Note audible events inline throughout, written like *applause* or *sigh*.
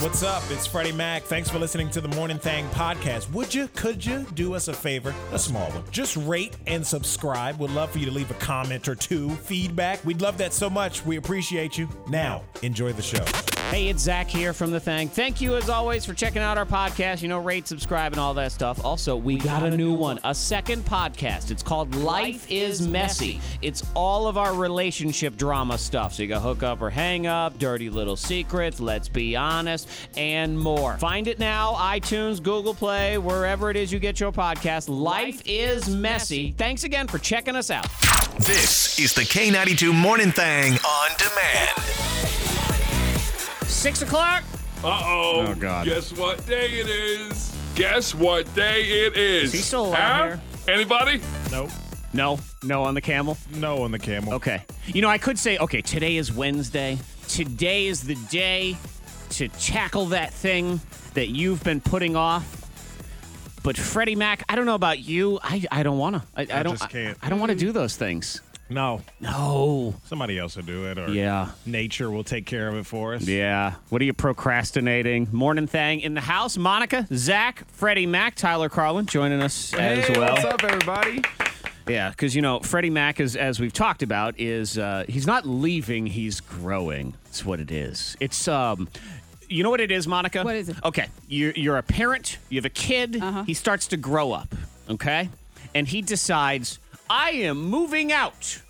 What's up? It's Freddie Mac. Thanks for listening to the Morning Thang podcast. Would you, could you do us a favor? A small one. Just rate and subscribe. We'd love for you to leave a comment or two, feedback. We'd love that so much. We appreciate you. Now, enjoy the show. Hey, it's Zach here from The Thing. Thank you, as always, for checking out our podcast. You know, rate, subscribe, and all that stuff. Also, we, got, a new one, a second podcast. It's called Life, is messy. It's all of our relationship drama stuff. So you got hook up or hang up, dirty little secrets, let's be honest, and more. Find it now, iTunes, Google Play, wherever it is you get your podcast. Life, is messy. Thanks again for checking us out. This is the K92 Morning Thang on demand. Six o'clock. Uh oh. Oh, God. Guess what day it is? Guess what day it is? Is he still alive Anybody? Nope. No, no on the camel. No on the camel. Okay. You know, I could say, okay, today is Wednesday. Today is the day to tackle that thing that you've been putting off. But Freddie Mac, I don't know about you. I, I don't want to. I, I, don't. just can't. I, I don't want to do those things. No. No. Somebody else will do it, or Yeah. nature will take care of it for us. Yeah. What are you procrastinating? Morning thing in the house. Monica, Zach, Freddie Mac, Tyler Carlin joining us as well. up, everybody? Yeah, because you know Freddie Mac, is, as we've talked about, is uh, he's not leaving; he's growing. That's what it is. It's um, you know what it is, Monica. What is it? Uh-huh. Okay, you're you're a parent. You have a kid. He starts to grow up. Okay, and he decides I am moving out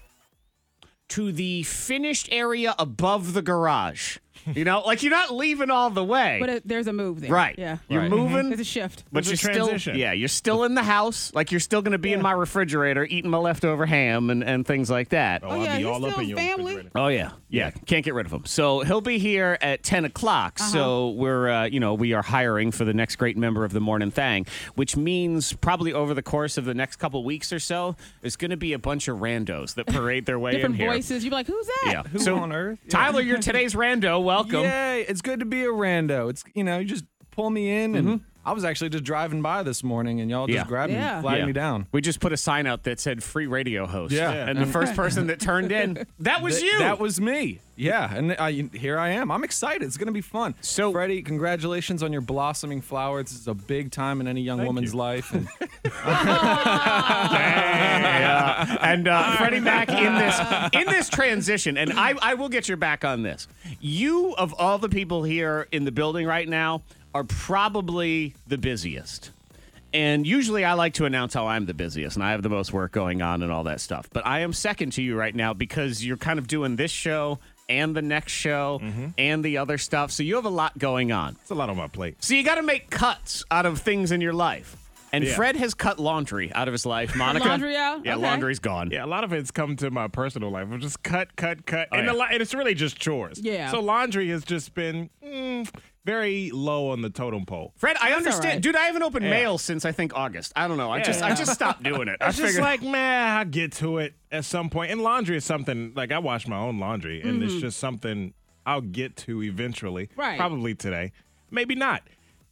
to the finished area above the garage. You know, like you're not leaving all the way. But it, there's a move there. Right. Yeah. You're Right. moving. There's a shift. But There's a you're transition. still, yeah, you're still in the house. Like you're still going to be in my refrigerator, eating my leftover ham and, and things like that. Oh, Oh, I'll yeah, be he's all up still in your family. refrigerator. Oh yeah, yeah. Can't get rid of him. So he'll be here at ten o'clock. Uh-huh. So we're, uh, you know, we are hiring for the next great member of the Morning Thang, which means probably over the course of the next couple weeks or so, there's going to be a bunch of randos that parade their way Different in here. voices. You'd be like, who's that? Yeah. Who on earth? Yeah. Tyler, you're today's rando. Welcome. Yay! It's good to be a rando. It's you know you just pull me in, and I was actually just driving by this morning, and y'all just Mm-hmm. Yeah. grabbed Yeah. me, flagged Yeah. me down. We just put a sign out that said "free radio host." Yeah. and the *laughs* first person that turned in, that was Th- you. That *laughs* was me. Yeah, and I, here I am. I'm excited. It's gonna be fun. So- Freddie, congratulations on your blossoming flower. This is a big time in any young woman's *laughs* life. And *laughs* yeah. And uh, Freddie Mac in *laughs* this in this transition, and I, I will get your back on this. You of all the people here in the building right now are probably the busiest. And usually I like to announce how I'm the busiest and I have the most work going on and all that stuff. But I am second to you right now because you're kind of doing this show and the next show and the other stuff. So you have a lot going on. Mm-hmm. It's a lot on my plate. So you got to make cuts out of things in your life. And Yeah. Fred has cut laundry out of his *laughs* life. Monica, Laundry out? Yeah, Okay. laundry's gone. Yeah, a lot of it's come to my personal life. I'm just cut, cut, cut, and, Oh, a yeah. lot, and it's really just chores. Yeah. So laundry has just been mm, very low on the totem pole. Fred, I all understand, right. dude. I haven't opened mail since I think August. I don't know. I just, I just stopped *laughs* doing it. *laughs* I It's just figured. like, man, I get to it at some point. And laundry is something like I wash my own laundry, and Mm-hmm. it's just something I'll get to eventually. Right. Probably today, maybe not,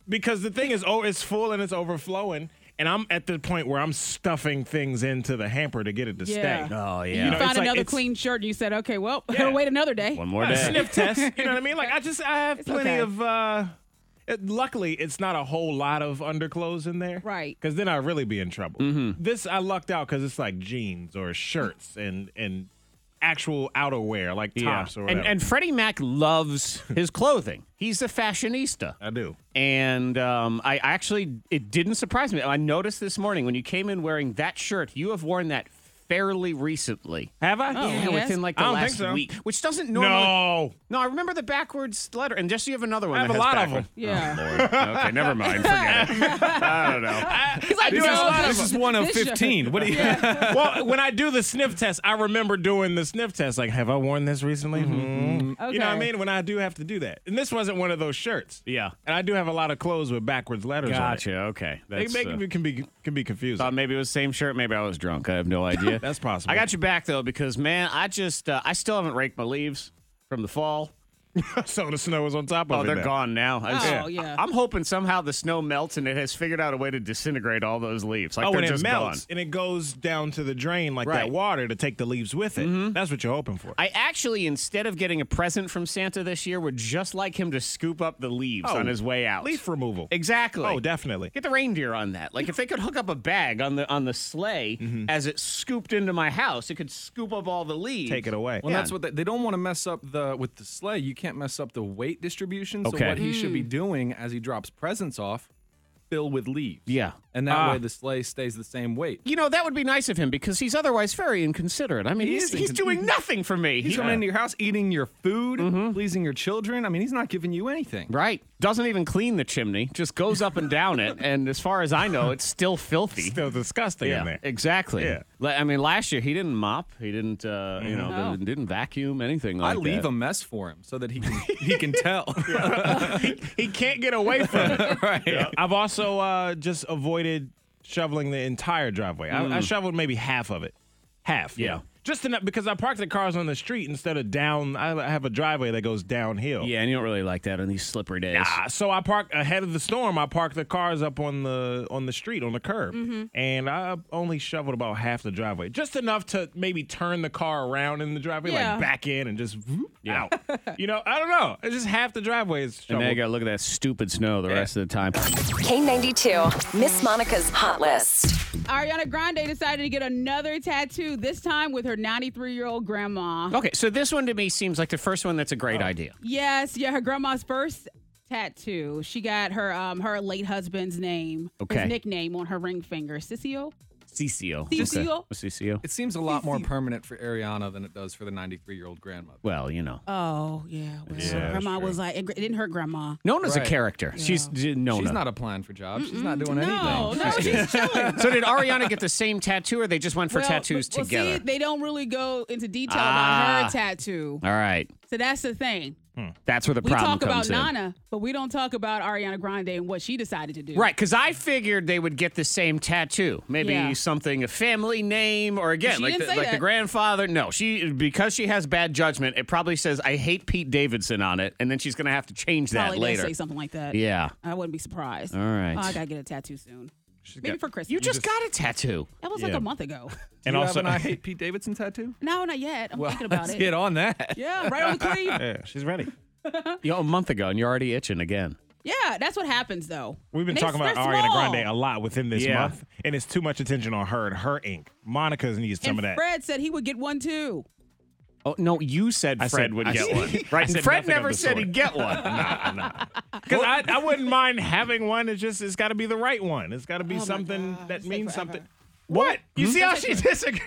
because the thing is, oh, it's full and it's overflowing, and I'm at the point where I'm stuffing things into the hamper to get it to Yeah. stay. *laughs* oh You yeah. know, it's find like- another it's- clean shirt and you said, okay, well, better *laughs* wait another day. One more *laughs* A day. sniff test. You know what I mean? Like I just I have plenty okay. of. uh it, Luckily, it's not a whole lot of underclothes in there, Right. Because then I'd really be in trouble. Mm-hmm. This I lucked out because it's like jeans or shirts and and actual outerwear like tops or whatever. And, and Freddie Mac *laughs* loves his clothing. He's a fashionista. I do. And um, I actually, it didn't surprise me. I noticed this morning when you came in wearing that shirt, you have worn that fairly recently. Have I? Oh, Yeah, yes. within like the I don't think last so. week, which doesn't normally. No. No, I remember the backwards letter, and just you have another one. I have that a lot has of backward- them. Yeah. Oh, Lord. Okay, *laughs* never mind. Forget it. I don't know. He's like, do have a no, lot of this them. is this is one of This shirt. fifteen. What do you? *laughs* well, when I do the sniff test, I remember doing the sniff test. Like, have I worn this recently? Mhm. You know what I Okay. mean? When I do have to do that, and this wasn't one of those shirts. Yeah. And I do have a lot of clothes with backwards letters. on it. Gotcha. Okay. They That's, make, uh, it can be can be confusing. thought maybe it was the same shirt. Maybe I was drunk. I have no idea. *laughs* That's possible. I got you back though, because man, I just uh, I still haven't raked my leaves from the fall. *laughs* so the snow is on top of Oh, it. they're now. gone now. Oh, yeah. I'm hoping somehow the snow melts and it has figured out a way to disintegrate all those leaves. Like Oh, they're and it just melts gone. and it goes down to the drain like Right. Mm-hmm. that water to take the leaves with it. That's what you're hoping for. I actually, instead of getting a present from Santa this year, would just like him to scoop up the leaves Oh, on his way out. Leaf removal. Exactly. Oh, definitely. Get the reindeer on that. Like if they could hook up a bag on the on the sleigh Mm-hmm. as it scooped into my house, it could scoop up all the leaves. Take it away. Well, Yeah. that's what they, they don't want to mess up the with the sleigh. You can't mess up the weight distribution. So Okay. what he should be doing as he drops presents off, fill with leaves. Yeah. and that Ah. way the sleigh stays the same weight. You know that would be nice of him because he's otherwise very inconsiderate. I mean, He he's, is he's inconsiderate. doing nothing for me. He's He- Mm-hmm. coming into your house, eating your food, pleasing your children. I mean, he's not giving you anything. Right. Doesn't even clean the chimney, just goes up and down it. And as far as I know, it's still filthy. Still disgusting in there. Exactly. Yeah. Mm-hmm. Li- I mean, last year he didn't mop. He didn't, uh, you know, No. didn't, didn't vacuum anything I like leave that. a mess for him so that he can he *laughs* can tell. he can't get away from *laughs* it. right. I've also uh, just avoided shoveling the entire driveway. I, I shoveled maybe half of it. Half. you Mm. Yeah. know. Just enough because I park the cars on the street instead of down. I have a driveway that goes downhill. Yeah, and you don't really like that on these slippery days. Ah, so I park ahead of the storm. I parked the cars up on the on the street on the curb, and I only shoveled about half the driveway, just enough to maybe turn the car around in the driveway, Yeah. like back in and just whoop, out. you know, I don't know. It's just half the driveway is And shoveled. now you gotta look at that stupid snow the rest of the time. K92, Miss Monica's Hot List. *laughs* Oh, Ariana Grande decided to get another tattoo, this time with her 93 year old grandma. Okay, so this one to me seems like the first one that's a Oh. great idea. Yes, yeah, her grandma's first tattoo. She got her um her late husband's name, Okay. his nickname on her ring finger, Sissio. CCO. CCO? Okay. CCO. it seems a lot more permanent for Ariana than it does for the 93 year old grandmother. Well, you know. Oh yeah, well, grandma was like it didn't hurt grandma. Known as a Right. character. She's d- known. She's as- not applying for jobs. She's not doing anything. Mm, *laughs* No, no, she's chilling. So did Ariana get the same tattoo, or they just went for Well, tattoos but- well, together? See, they don't really go into detail Ah. about her tattoo, All right, so that's the thing. Hmm. that's where the We problem talk comes about in. Nana, but we don't talk about Ariana Grande and what she decided to do. Right, because I figured they would get the same tattoo, maybe Yeah. something, a family name, or again, She like the, didn't say like the that. grandfather. No, she because she has bad judgment, it probably says "I hate Pete Davidson" on it, and then she's gonna have to change Probably that did later. say something like that. Yeah, I wouldn't be surprised. All right. Oh, I gotta get a tattoo soon. Maybe for Christmas. you just got a tattoo. that was like a *laughs* month ago. and And you also, *laughs* have an I hate Pete Davidson tattoo. No, not yet. I'm thinking about Let's it. get on that. Yeah, right on the *laughs* cleave. yeah, she's ready. You know, a month ago, and you're already itching again. *laughs* Yeah, that's what happens though. We've been They- talking about they're Ariana small. Grande a lot within this Yeah. month, and it's too much attention on her and her ink. Monica needs some And of that. Fred said he would get one too. Oh no, you said I Fred said- would I get said- *laughs* one, I right? And said Fred nothing of never the said sort. he'd get one. *laughs* *laughs* Because I, I wouldn't mind having one. It's just it's got to be the right one. It's got to be my something gosh, that take means forever. something. What? Hmm? You see how she *laughs* disagrees?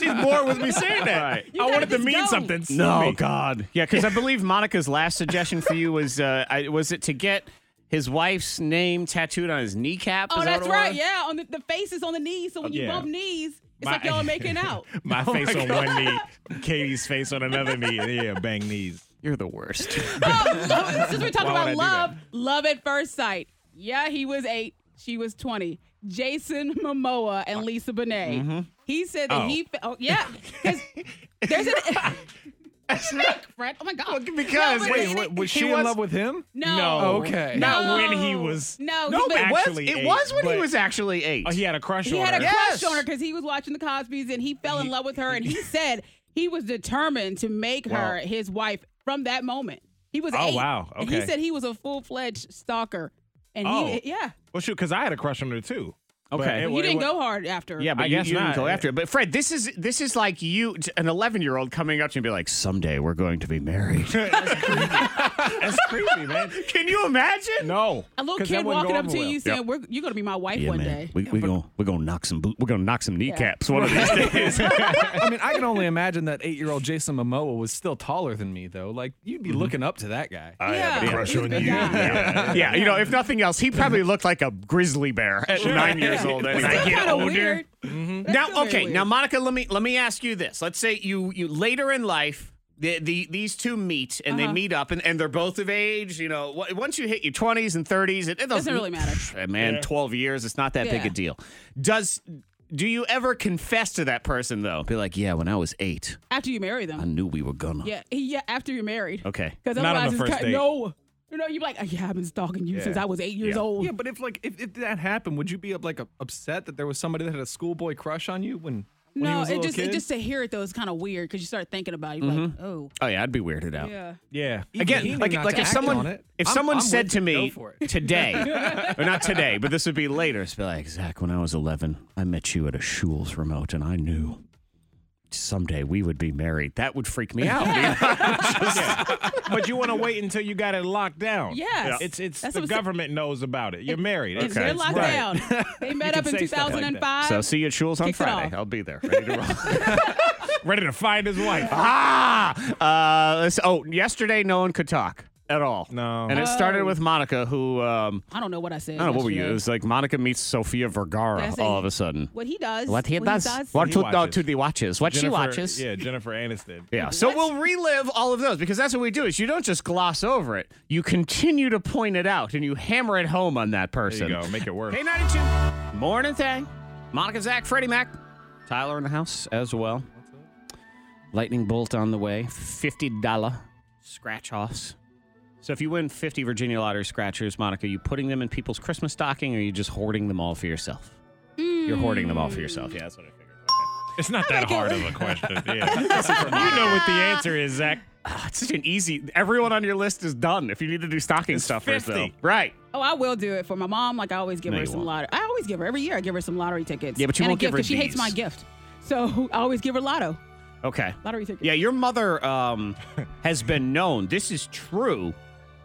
She's bored with me saying that. I gotta want it to just mean go. something. Sue No, me. God. Yeah, because I believe Monica's last suggestion for you was uh, I, was it to get his wife's name tattooed on his kneecap? Oh, Is that that's what it right. was? Yeah, on the, the face is on the knees, so when you Yeah. bump knees, it's My- like y'all are *laughs* making out. *laughs* My Oh face on one knee, Katie's face on another knee. Yeah, bang knees. You're the worst. *laughs* oh, love- since we're *laughs* Why talking would I about do that? love, love at first sight. Yeah, he was eight, she was twenty. Jason Momoa and Lisa Bonet. He said that Mm-hmm. Oh. he, fe- oh yeah, *laughs* 'cause there's an. *laughs* Fred, oh my God! Because- No, but wait, it- what- Was she, She in was- love with him? no. No. Okay. Not when he No. was. No, no he Oh, was- it was, actually it eight, was when he but- was actually eight. Oh, he had a crush He on had a her. Yes. crush on her because he was watching the Cosby's and he fell in love with her *laughs* and he said he was determined to make her his wife from that moment. He was Oh, eight, wow. And he Okay. said he was a full fledged stalker. And Oh. he yeah. Well, shoot, because I had a crush on her too. Okay. But it- Well, you it didn't wa- go hard after. yeah, but I you, guess you didn't not. go after it. But Fred, this is this is like you, an 11 year old coming up to you and be like, someday we're going to be *laughs* married. That's creepy, man. *laughs* Can you imagine? No. A little 'cause that kid wouldn't walking go up over to well. you saying, We're, "You're gonna be my wife Yeah, one man. day." We, we gonna we gonna knock some boot, we're gonna knock some kneecaps one of *laughs* these days. *laughs* I mean, I can only imagine that eight year old Jason Momoa was still taller than me, though. Like, you'd be looking up to that guy. I yeah. have a crush on you. Yeah, you know, if nothing else, he probably looked like a grizzly bear *laughs* at nine years old. When I Kind of weird. Now, okay, weird. now Monica, let me let me ask you this. Let's say you you later in life. The, the, these two meet and Uh-huh. they meet up and, and they're both of age. You know, wh- once you hit your 20s and 30s, it, it doesn't, Doesn't really matter. Psh, Man, 12 years, it's not that big Yeah. a deal. Does Do you ever confess to that person though? Be like, yeah, when I was eight, After you marry them. I knew we were gonna. Yeah, yeah. After you're married. Okay. Because Not on otherwise, the it's first kind date. no. You know, you're like, "Oh, yeah, I've been stalking you since I was eight years old. Yeah, but if like if, if that happened, would you be like upset that there was somebody that had a schoolboy crush on you when? when he no, was a it little just kid? it just to hear it though is kind of weird because you start thinking about it. You're like, oh, Oh yeah, I'd be weirded out. yeah. yeah. Again, like, like if someone if someone said to me today, *laughs* or not today, but this would be later, it's be like Zach. When I was 11, I met you at a Schul's remote, and I knew someday we would be married. That would freak me *laughs* out. but you want to wait until you got it locked down. Yes. It's it's That's the what I'm saying. government knows about it. You're married. It's Okay. They're locked Right. *laughs* down. They met can up in say stuff like that. 2005. So see you at Schul's on Kicks it Friday. off. I'll be *laughs* there, ready to roll. Ready to find his wife. *laughs* ah, uh, let's- oh, yesterday no one could talk at all. No. and it started with Monica, who um, I don't know what I said. I don't know what were you. It yesterday. was like Monica meets Sofia Vergara That's it. all of a sudden. What he does. What he does, He what to, watches. the watches, what she Jennifer- watches. Yeah, Jennifer Aniston. Yeah. So we'll relive all of those because that's what we do is you don't just gloss over it. You continue to point it out and you hammer it home on that There person. you go. Make it work. Hey, 92. Morning thing. Monica, Zach, Freddie Mac. Tyler in the house as well. Lightning bolt on the way. $50 scratch offs. So if you win 50 Virginia Lottery scratchers, Monica, are you putting them in people's Christmas stocking or are you just hoarding them all for yourself? You're hoarding them all for yourself. Yeah, that's what I figured. It's not that hard of a question. Yeah. *laughs* you know what the answer is, Zach. Ah, It's such an easy. Everyone on your list is done. If you need to do stocking stuffers, 50. though, right? Oh, I will do it for my mom. Like I always give No, her you some won't. lottery. I always give her every year. I give her some lottery tickets. Yeah, but you and won't a give gift her 'cause she hates my these. gift. So *laughs* I always give her lotto Okay. lottery tickets. Yeah, your mother um, has been known. This is true.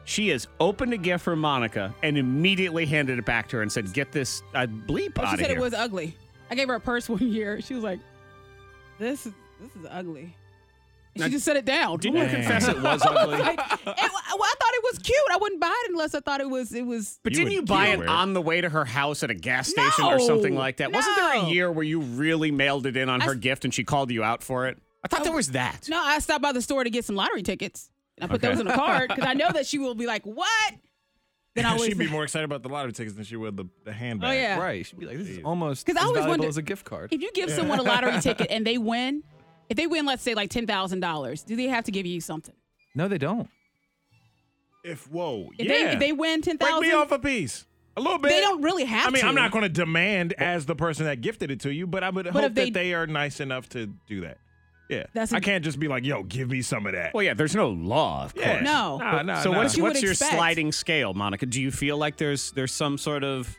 She has opened a gift for Monica and immediately handed it back to her and said, "Get this uh, bleep Oh, out she of said here." it was ugly. I gave her a purse *laughs* one year. She was like, "This, is- this is ugly." And Now, she just set it down. Didn't you Like, confess it was ugly? *laughs* it- well, I thought it was cute. I wouldn't buy it unless I thought it was. It was. But You didn't would- you buy you it would. on the way to her house at a gas station or something No, like that? Wasn't there a no. year where you really mailed it in on I her s- gift and she called you out for it? I thought there was that. No, I stopped by the store to get some lottery tickets. And I put Okay. those in a card because I know *laughs* that she will be like, "What?" Then I *laughs* always *laughs* She'd be more excited about the lottery tickets than she would the, the handbag. Oh yeah, right, she'd be like, "This is almost 'Cause as I always valuable wondered- as a gift card." If you give someone *laughs* a lottery ticket and *laughs* they win, if they win, let's say like ten thousand dollars, do they have to give you something? No, they don't. If whoa, If yeah. they if they win ten Break me thousand, off a piece, a little bit. they don't really have I mean, to. I'm not going to demand as the person that gifted it to you, but I would hope if they- that they are nice enough to do that. Yeah, That's a- I can't just be like, "Yo, give me some of that." Well, yeah, there's no law, of course. yeah. No. Nah, nah, so nah. what's, you would what's your expect. sliding scale, Monica? Do you feel like there's there's some sort of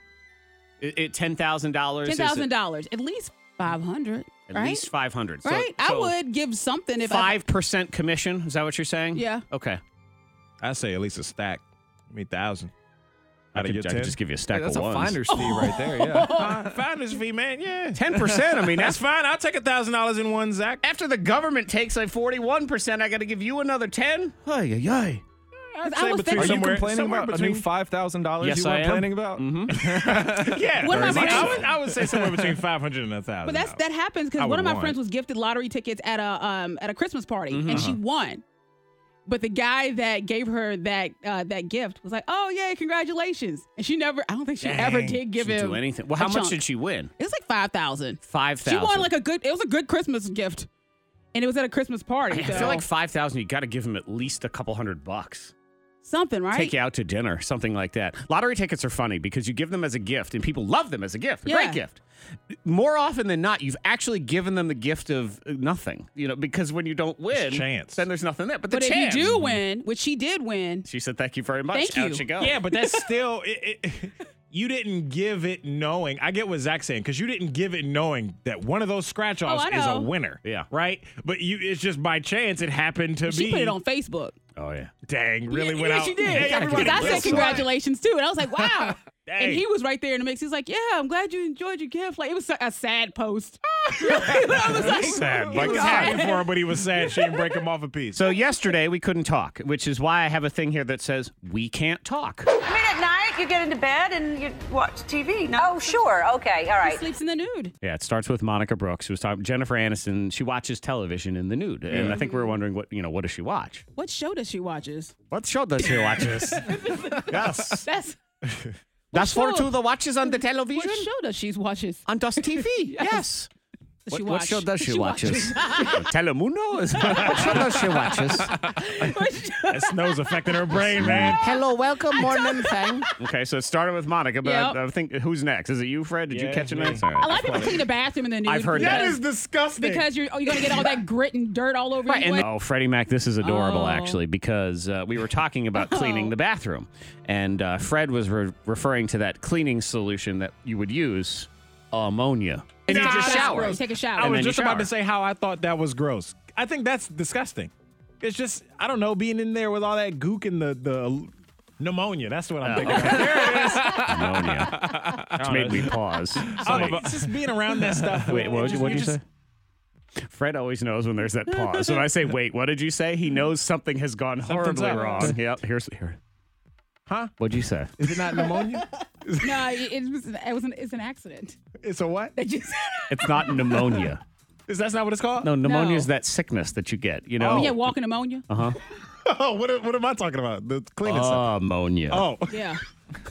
it, it ten thousand dollars? ten thousand dollars, at least five hundred, uh, At right? least five hundred. right? I would give something if I Five percent commission. Is that what you're saying? Yeah. Okay. I say at least a stack, I mean thousand. I Out of could, your I could ten. just give you a Yeah, stack that's a of ones. finder's fee *laughs* right there. Yeah. Uh, Founders fee, man. Yeah, *laughs* Ten percent. I mean, that's that's fine. I'll take a thousand dollars in one, Zach. after the government takes a forty-one percent. I got to give you another ten. Ay ay ay. I was between thinking- Are you somewhere- complaining somewhere about between, a new five thousand dollars? you Yes, I weren't am. Complaining *laughs* about? Yeah, What am I very much saying? so. I would, I would say somewhere between five hundred and a thousand. But that's that happens I because would one of my want. friends was gifted lottery tickets at a um at a Christmas party and Mm-hmm. she won. But the guy that gave her that uh, that gift was like, "Oh yeah, congratulations!" And she never, I don't think she ever Dang, did give She him do anything. Well, how a much chunk. did she win? It was like five thousand. Five She thousand. won like a good. It was a good Christmas gift, and it was at a Christmas party. I so- feel like five thousand. You got to give him at least a couple hundred bucks. something, right? take you out to dinner, something like that. Lottery tickets are funny because you give them as a gift and people love them as a gift. A Yeah. Great gift. More often than not, you've actually given them the gift of uh, nothing, you know, because when you don't win, chance. then there's nothing there. But the but chance. if you do win, which she did win, She said, thank you very much. Thank out you. you go. Yeah, but *laughs* that's *laughs* still it, *laughs* it, you didn't give it knowing. I get what Zach's saying because you didn't give it knowing that one of those scratch offs Oh, I is a know. winner. Yeah. right. But you, it's just by chance it happened to she be. put it on Facebook. Oh, yeah. Dang, really yeah, went yeah, out. she did. Hey, everybody, Because I said listen. congratulations too, and I was like, *laughs* wow. Dang. and he was right there in the mix. He's like, yeah, I'm glad you enjoyed your gift. Like it was a sad post. *laughs* *laughs* I was like, Sad, it but was was happy for him, but he was sad. She didn't break him off a piece. So yesterday we couldn't talk, which is why I have a thing here that says, we can't talk. I mean, at night you get into bed and you watch TV. No, Oh, sure. Okay. All right. Sleeps in the nude. Yeah, it starts with Monica Brooks, who's talking Jennifer Aniston. She watches television in the nude. And I think we were wondering what, you know, what does she watch? What show does she watches? *laughs* What show does she watch? yes. That's That's for show? two the watches on the television? What show does she watches? On DOS *laughs* TV, yes. Does she What watch? show does she, She watches? *laughs* *laughs* Telemundo? Is- what show does she watches? That snow's affecting her brain, man. Hello, welcome, morning thing. Okay, so it started with Monica, but Yep. I, I think who's next? Is it you, Fred? Did Yeah, you catch it me. next? A lot of people clean the bathroom in the nude. I've heard That Yes. is disgusting. because you're oh, you're gonna get all that grit and dirt all over you. And, oh, Freddie Mac, this is adorable, Oh. actually, because uh, we were talking about cleaning the bathroom, and uh, Fred was re- referring to that cleaning solution that you would use ammonia. And you Nah, just that's shower. gross. Take a shower. I And was then you just about to shower. say how I thought that was gross. I think that's disgusting. It's just I don't know being in there with all that gook and the the pneumonia. That's what I'm thinking. of. There it is. Ammonia. Oh, Which made me *laughs* pause. I'm Sorry. about- just being around that stuff. *laughs* Wait, it what did you, just- what did it you say? just- Fred always knows when there's that pause. When *laughs* I say, wait, what did you say? He knows something has gone Something's horribly up. wrong. Yep, here's here. Huh? What'd you say? Is it not pneumonia? *laughs* no, it, it was it was an it's an accident. it's a what? They just It's not pneumonia. Is that's not what it's called? No, pneumonia No. is that sickness that you get, you know? Uh-huh. oh yeah, walking pneumonia. *laughs* Oh, what am- what am I talking about? The cleaning stuff. Ammonia. Oh. *laughs* Yeah,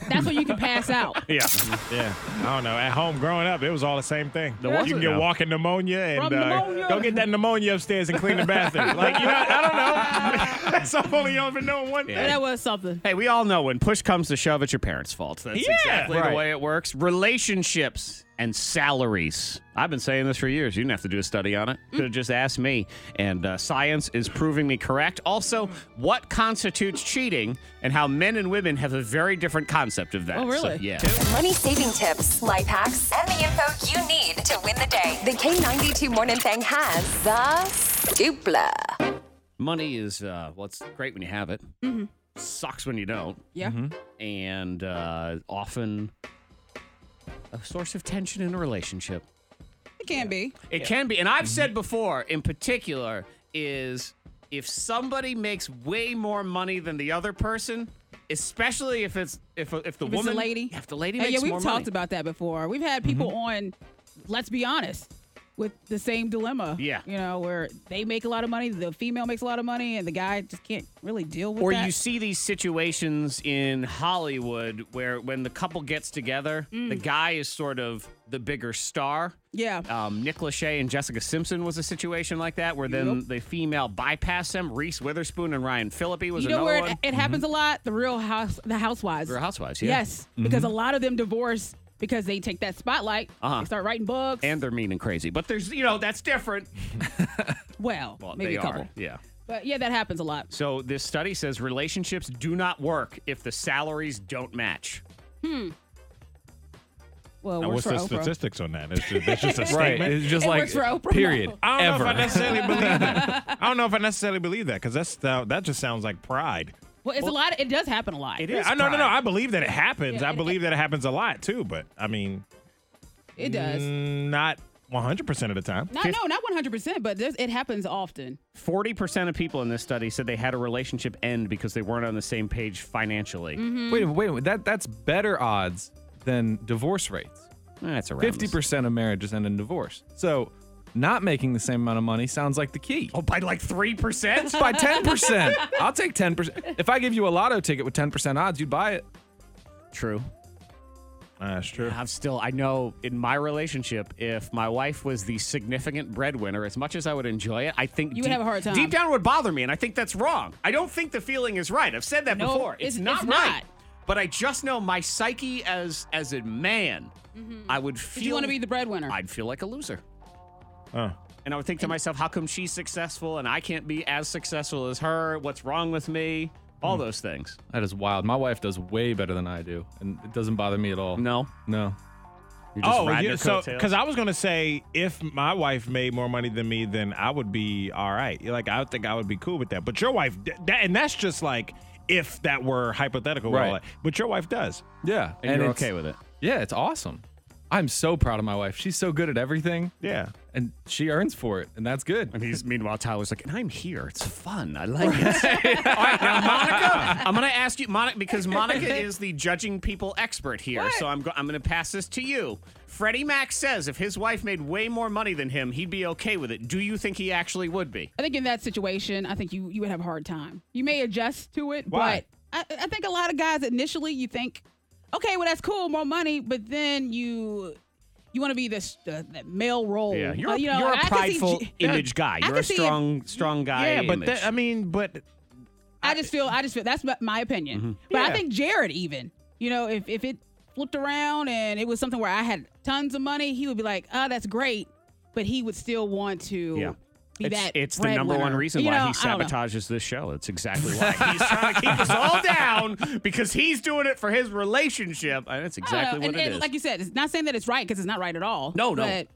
that's when you can pass out. yeah. Yeah. I don't know. At home growing up, it was all the same thing. was you can it get now? walking pneumonia and From uh, pneumonia. go get that pneumonia upstairs and clean the *laughs* bathroom. like, you know, I don't know. *laughs* That's all only over know one thing. But that was something. Hey, we all know when push comes to shove, it's your parents' fault. That's Yeah, exactly right. the way it works. Relationships and salaries. Mm. I've been saying this for years. You didn't have to do a study on it. You could have just asked me. And uh, science is proving me correct. Also, what constitutes cheating and how men and women have a very different concept of that. Oh, So, really? yeah. Money saving tips, life hacks, and the info you need to win the day. The K92 Morning Thing has the dupla. Money is, uh, well, it's great when you have it, Mm-hmm. sucks when you don't. Yeah, Mm-hmm. Mm-hmm. and uh, often a source of tension in a relationship. it can be. It can be, and Mm-hmm. I've said before, in particular, is if somebody makes way more money than the other person, especially if it's if if the If it's woman a lady. if the lady Hey, makes yeah, we've more talked money. Mm-hmm. about that before. We've had people on. Let's be honest. With the same dilemma, Yeah. you know, where they make a lot of money, the female makes a lot of money, and the guy just can't really deal with or that. you see these situations in Hollywood where when the couple gets together, the guy is sort of the bigger star. Mm. yeah, um, Nick Lachey and Jessica Simpson was a situation like that, where then the female bypassed them. Reese Witherspoon and Ryan Phillippe was you know another where one. Mm-hmm. it, it happens a lot. The Real House, the Housewives. Real Housewives, yeah. Mm-hmm. Yes, because a lot of them divorce because they take that spotlight. Uh-huh. They start writing books. and they're mean and crazy, but there's you know that's different. well, Well, maybe they a couple. are, yeah. But yeah, that happens a lot. So this study says relationships do not work if the salaries don't match. Hmm. Well, Now, what's works for the Oprah. statistics on that? It's *laughs* just, it's just a Right. statement. It's just It like works for Oprah. period. I don't know if I Ever. necessarily believe *laughs* that. I don't know if I necessarily believe that because that's uh, that just sounds like pride. Well, it's a lot. It does happen a lot. It It, is. I no no no. pride. I believe that it happens. Yeah, I it- believe that it happens a lot too. But I mean, does. mm, not 100 percent of the time. Not, no, not 100%, but there's, it happens often. Forty percent of people in this study said they had a relationship end because they weren't on the same page financially. Wait, a minute, wait, a minute. that that's better odds than divorce rates. That's around Fifty percent of marriages end in divorce. So, not making the same amount of money sounds like the key. Oh, by like three percent. By ten percent, I'll take ten percent. If I give you a lotto ticket with ten percent odds, you'd buy it. True. Uh, that's true. I'm still, I know in my relationship, if my wife was the significant breadwinner, as much as I would enjoy it, I think You would have a hard time. Deep down, it would bother me, and I think that's wrong. I don't think the feeling is right. I've said that No, before. It's, it's- not it's right. not. But I just know my psyche as as a man, I would feel. Mm-hmm. you wanna be the breadwinner. I'd feel like a loser, Uh, and I would think to myself, how come she's successful and I can't be as successful as her? What's wrong with me? Hmm. All those things. That is wild. My wife does way better than I do, and it doesn't bother me at all. No, no. you're just oh, riding yeah, her so coattails. because I was gonna say if my wife made more money than me, then I would be all right. Like I would think I would be cool with that. But your wife, th- that and that's just like if that were hypothetical. and all Right. that. But your *laughs* wife does. Yeah, and, you're it's- okay with it. Yeah, it's awesome. I'm so proud of my wife. She's so good at everything, Yeah. and she earns for it, and that's good. And he's meanwhile Tyler's like, and I'm here. It's fun. I like it. All right, now Monica, I'm gonna ask you, Monica, because *laughs* Monica is the judging people expert here. So I'm go- I'm gonna pass this to you. Freddie Mac says if his wife made way more money than him, he'd be okay with it. Do you think he actually would be? I think in that situation, I think you, you would have a hard time. You may adjust to it, Why? but I, I think a lot of guys initially, you think, okay, well that's cool, more money, but then you you want to be this uh, that male role. Yeah, you're, Uh, a- you know, you're I a could see prideful *laughs* J- image guy. I You're can a see it- strong, strong guy. Yeah, but image. that, I mean, but I just feel I just feel that's my- my opinion. Mm-hmm. But I Yeah. think Jared even, you know, if if it flipped around and it was something where I had tons of money, he would be like, "Oh, that's great," but he would still want to Yeah. be it's, that. it's the number one breadwinner. reason You why know, he I don't know. sabotages this show. That's exactly *laughs* why he's trying to keep us all down because he's doing it for his relationship. And that's I don't know. exactly what Uh, and, it and is. Like you said, it's not saying that it's right because it's not right at all. No, no. But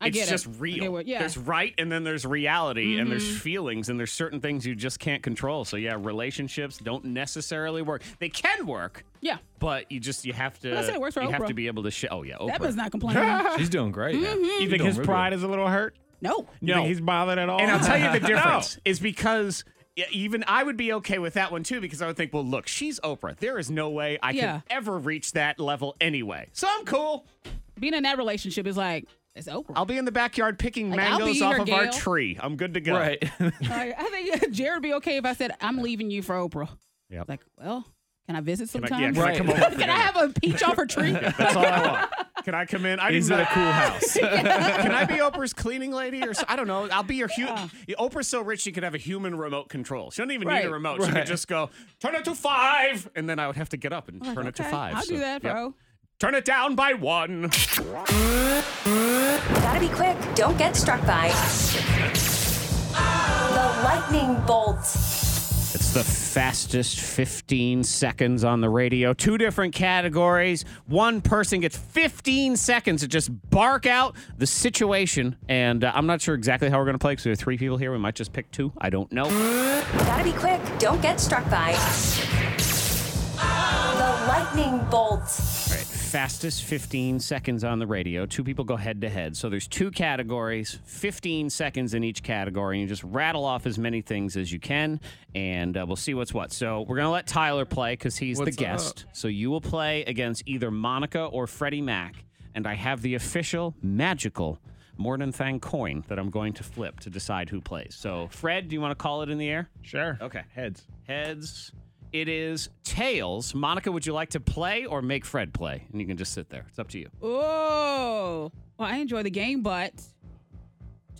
I it's get it. just I get real. what- yeah. Mm-hmm. There's right and then there's reality and there's feelings and there's certain things you just can't control. So yeah, relationships don't necessarily work. They can work, yeah. but you just you have to Like I said, it works for you have Oprah. to be able to show. Oh yeah, Oprah. That *laughs* was not complaining. She's doing great. you think his pride is a little hurt? Mm-hmm. no. You No. think he's bothered at all? And I'll tell you the No. difference is because e- even I would be okay with that one too because I would think, well, look, she's Oprah. There is no way I Yeah. can ever reach that level anyway. So I'm cool. Being in that relationship is like it's Oprah. I'll be in the backyard picking Like, I'll mangoes be off your of our Gail. tree. I'm good to go. Right. Like, I think Jared would be okay if I said I'm leaving you for Oprah. Yep. Like, well, can I visit Can I- sometime? yeah, can I come over for Can I dinner? have a peach off *laughs* her *laughs* tree? That's all I want. Can I come in? I Is it a cool house? *laughs* Can *laughs* I be Oprah's cleaning lady or so? I don't know. I'll be your human. Oprah's so rich she could have a human remote control. She doesn't even need Right. a remote. She could just go turn it to five, and then I would have to get up and turn it to Okay, five. I'll So, do that, yep. bro. Turn it down by one. Gotta be quick. Don't get struck by the lightning bolt. It's the fastest 15 seconds on the radio. Two different categories. One person gets 15 seconds to just bark out the situation. And uh, I'm not sure exactly how we're going to play because we have three people here. We might just pick two. I don't know. Gotta be quick. Don't get struck by the lightning bolt. All right, fastest 15 seconds on the radio. Two people go head to head. So there's two categories, 15 seconds in each category, and you just rattle off as many things as you can, and uh, we'll see what's what. So we're going to let Tyler play because he's the What's guest. So you will play against either Monica or Freddie Mac, and I have the official magical Morning Thang coin that I'm going to flip to decide who plays. So, Fred, do you want to call it in the air? Sure. Okay. Heads. Heads. It is tails. Monica, would you like to play or make Fred play? And you can just sit there. It's up to you. Oh, well, I enjoy the game, but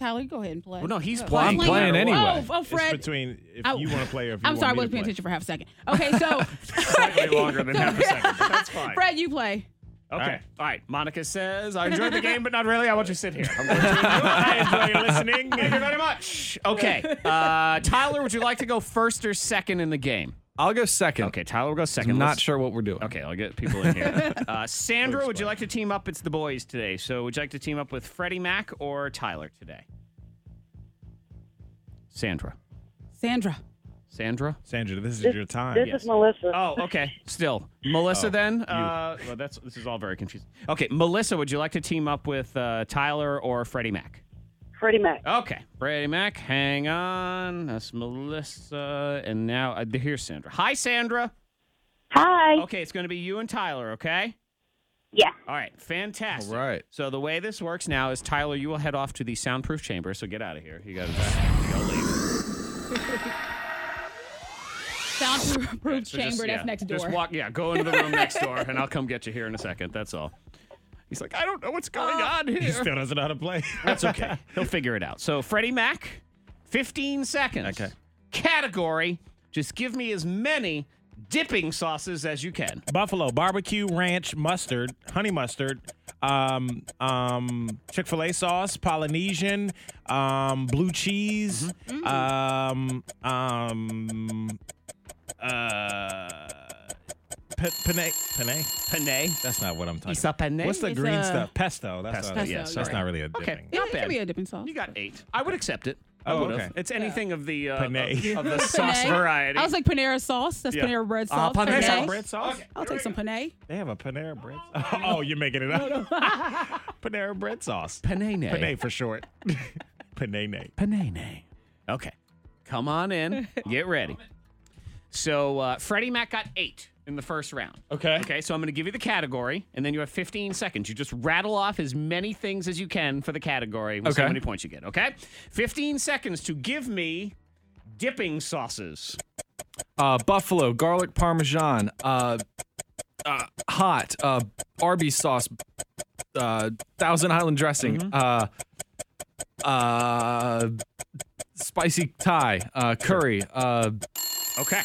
Tyler, you go ahead and play. Well, no, he's Oh, playing. I'm playing anyway. Oh, oh, Fred. It's between if Oh. you want to play or if you I'm want sorry, I me wasn't to paying play. attention for half a second. Okay, *laughs* so Slightly longer than half a second. but That's fine. Fred, you play. Okay. All All right. right. Monica says, I enjoyed the game, but not really. I want you to sit *laughs* here. I'm going to *laughs* I enjoy listening. Thank you very much. Okay. Uh, Tyler, would you like to go first or second in the game? I'll go second. Okay, Tyler will go second. I'm not Let's- sure what we're doing. Okay, I'll get people *laughs* in here. Uh, Sandra, would you like to team up? It's the boys today. So would you like to team up with Freddie Mac or Tyler today? Sandra. Sandra. Sandra? Sandra, this is your time. This is Melissa. Oh, *laughs* okay. Still. Melissa then? Uh, well, that's this is all very confusing. Okay, Melissa, would you like to team up with uh, Tyler or Freddie Mac? Freddie Mac. Okay, Freddie Mac, hang on. That's Melissa. And now uh, here's Sandra. Hi, Sandra. Hi. Okay, it's going to be you and Tyler, okay? Yeah. All right, fantastic. All right. So the way this works now is Tyler, you will head off to the soundproof chamber. So get out of here. You got to go leave. Soundproof So chamber. just- that's yeah, next door. Just walk. Yeah, go into the room next door, and I'll come get you here in a second. That's all. He's like, I don't know what's Oh. going on He here. still doesn't know how to play. *laughs* That's okay. He'll figure it out. So Freddie Mac, 15 seconds. Okay. Category. Just give me as many dipping sauces as you can. Buffalo barbecue ranch mustard, honey mustard, um, um, Chick Fil A sauce, Polynesian, um, blue cheese, Mm-hmm. um, Mm-hmm. um, uh, pe- penne, penne. Panay. That's not what I'm talking. Isa penne? What's the It's, green uh, stuff? Pesto. That's Pesto, not, yeah, that's sorry. not really a Okay. dipping. yeah, Not it bad. can be a dipping sauce. You got eight. I would accept it. I Oh, would okay. have. It's anything of the uh, of, Panay. of the sauce *laughs* Panay. variety. I was like Panera sauce. That's Yeah. Panera bread sauce. Uh-huh, Panera Panay. bread sauce. I'll take some Panay. They have a Panera bread. Sauce. *laughs* Oh, you're making it up. Panera bread sauce. Panene. Panay for short. *laughs* Panay. Panene. Okay. Come on *laughs* in. Get ready. So uh, Freddie Mac got eight in the first round. Okay. Okay, so I'm going to give you the category, and then you have 15 seconds. You just rattle off as many things as you can for the category. We'll see how Okay. many points you get, okay? 15 seconds to give me dipping sauces. Uh, buffalo, garlic parmesan, uh, uh, hot uh, Arby's sauce, uh, Thousand Island dressing, Mm-hmm. uh, uh, spicy Thai, uh, curry. Uh, okay.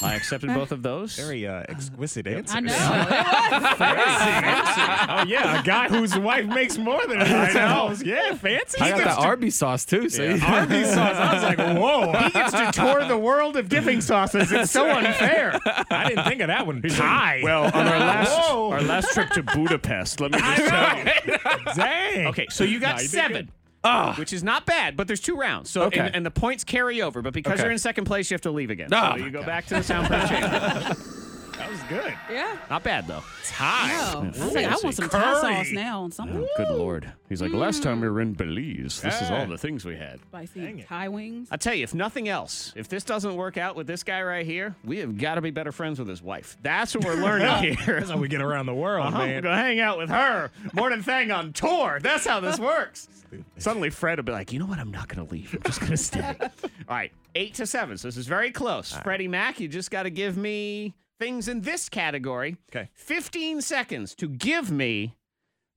I accepted both of those. Very *sighs* uh, exquisite answer. I know. *laughs* oh yeah, a guy whose wife makes more *laughs* than I know. Yeah, fancy. I got the Arby's sauce too. So yeah. Arby's sauce. I was *laughs* like, whoa. He gets to tour the world of dipping sauces. It's *laughs* so unfair. I didn't think of that *laughs* one. Tie. Well, *laughs* on our last Whoa. our last trip to Budapest, let me just tell you. *laughs* dang. Okay, so you got Nah, you did seven. Ah. Which is not bad, but there's two rounds. So Okay. and, and the points carry over, but because Okay. you're in second place, you have to leave again. Oh, Ah. so you my go God. back to the sound prep chamber. That was good. *laughs* Yeah. Not bad though. No. I was like, I want some Thai sauce now and something. Oh, Good lord. He's like, last time we were in Belize, this is all the things we had. Spicy Thai wings. I tell you, if nothing else, if this doesn't work out with this guy right here, we have got to be better friends with his wife. That's what we're *laughs* learning here. That's how we get around the *laughs* world, Uh-huh, man. We're gonna hang out with her. Morning Thang on tour. That's how this works. Suddenly, Fred will be like, "You know what? I'm not gonna leave. I'm just *laughs* gonna stay." All right, eight to seven. So this is very close. Freddie Mac, you just got to give me things in this category. Okay. 15 seconds to give me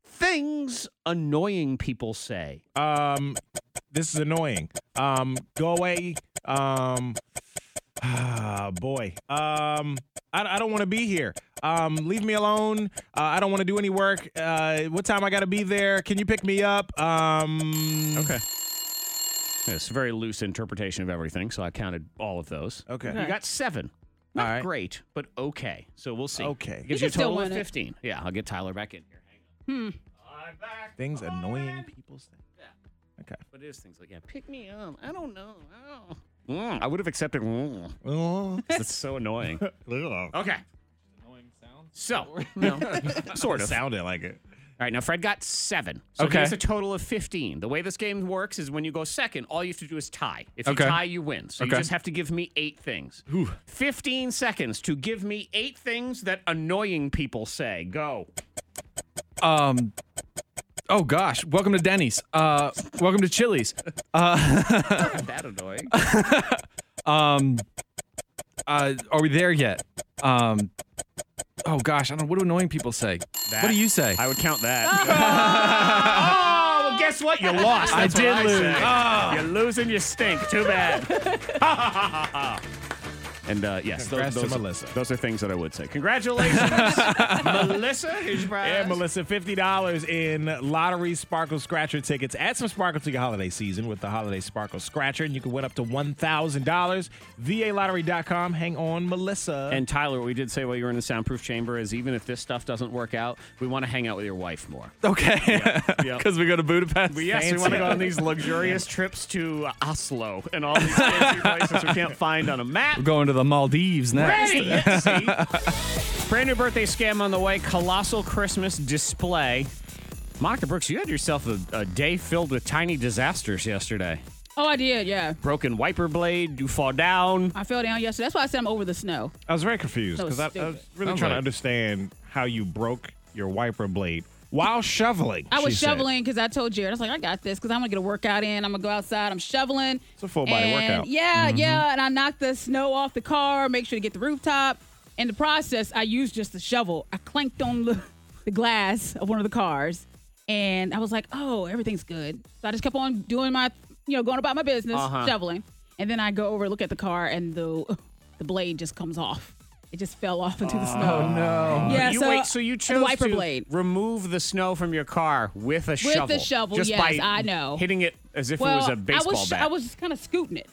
things annoying people say. Um, this is annoying. Um, go away. Um, ah, boy. Um, I, I don't want to be here. Um, leave me alone. Uh, I don't want to do any work. Uh, what time I gotta be there? Can you pick me up? Um, okay. It's a very loose interpretation of everything, so I counted all of those. Okay. You got seven. Not great, but okay. So we'll see. Okay. Gives You you, a can still total of win it. 15. Yeah, I'll get Tyler back in here. Hang on. Things annoying people say. Okay. But it is things like, yeah, pick me up. I don't know. I, don't. Mm, I would have accepted. Mm. That's so annoying. *laughs* *laughs* Ugh. Okay. So, sort of. Sounded like it. All right, now Fred got seven. So Okay. here's a total of 15. The way this game works is when you go second, all you have to do is tie. If you Okay. tie, you win. So you Okay. just have to give me eight things. 15 seconds to give me eight things that annoying people say. Go. Um, oh gosh, welcome to Denny's. Uh, welcome to Chili's. Uh, Not that annoying. *laughs* um, uh, are we there yet? Um, oh gosh, I don't. What do annoying people say? That- What do you say? I would count that. *laughs* oh, well, guess what? *laughs* You lost. I That's what did lose. said. Ah. You're losing. You stink. Too *laughs* *laughs* bad. and uh, yes, those, Congrats to those, Melissa. those are things that I would say. Congratulations, Melissa. Here's your prize. Yeah, Melissa, fifty dollars in lottery sparkle scratcher tickets. Add some sparkle to your holiday season with the holiday sparkle scratcher, and you can win up to one thousand dollars. VALottery.com. Hang on, Melissa. And Tyler, what we did say while you were in the soundproof chamber is even if this stuff doesn't work out, we want to hang out with your wife more. okay, because *laughs* yeah. we go to Budapest. Yes, we want to go on these luxurious trips to uh, Oslo and all these fancy places we can't find on a map. We're going to the Maldives next. Ready? Yes, see? Brand new birthday scam on the way. Colossal Christmas display. Monica Brooks, you had yourself a, a day filled with tiny disasters yesterday. Oh, I did. Yeah. Broken wiper blade, you fall down. I fell down yesterday. That's why I said I'm over the snow. I was very confused So because I, I was stupid. really Sounds trying to like- understand how you broke your wiper blade while shoveling. I was she said. shoveling because I told Jared, I was like, I got this because I'm gonna get a workout in. I'm gonna go outside. I'm shoveling. It's a full body workout. Yeah, yeah. And I knocked the snow off the car. Make sure to get the rooftop. In the process, I used just the shovel. I clanked on the, *laughs* the glass of one of the cars, and I was like, oh, everything's good. So I just kept on doing my, you know, going about my business, Uh-huh. shoveling. And then I go over, look at the car, and the *laughs* the blade just comes off. It just fell off into the snow. No. Oh, Yeah. Oh, you so, wait, so you and the chose wiper to blade. remove the snow from your car with a a shovel. shovel, just yes, by I know. Hitting it as if Well, it was a baseball I was, bat. I was just kind of scooting it.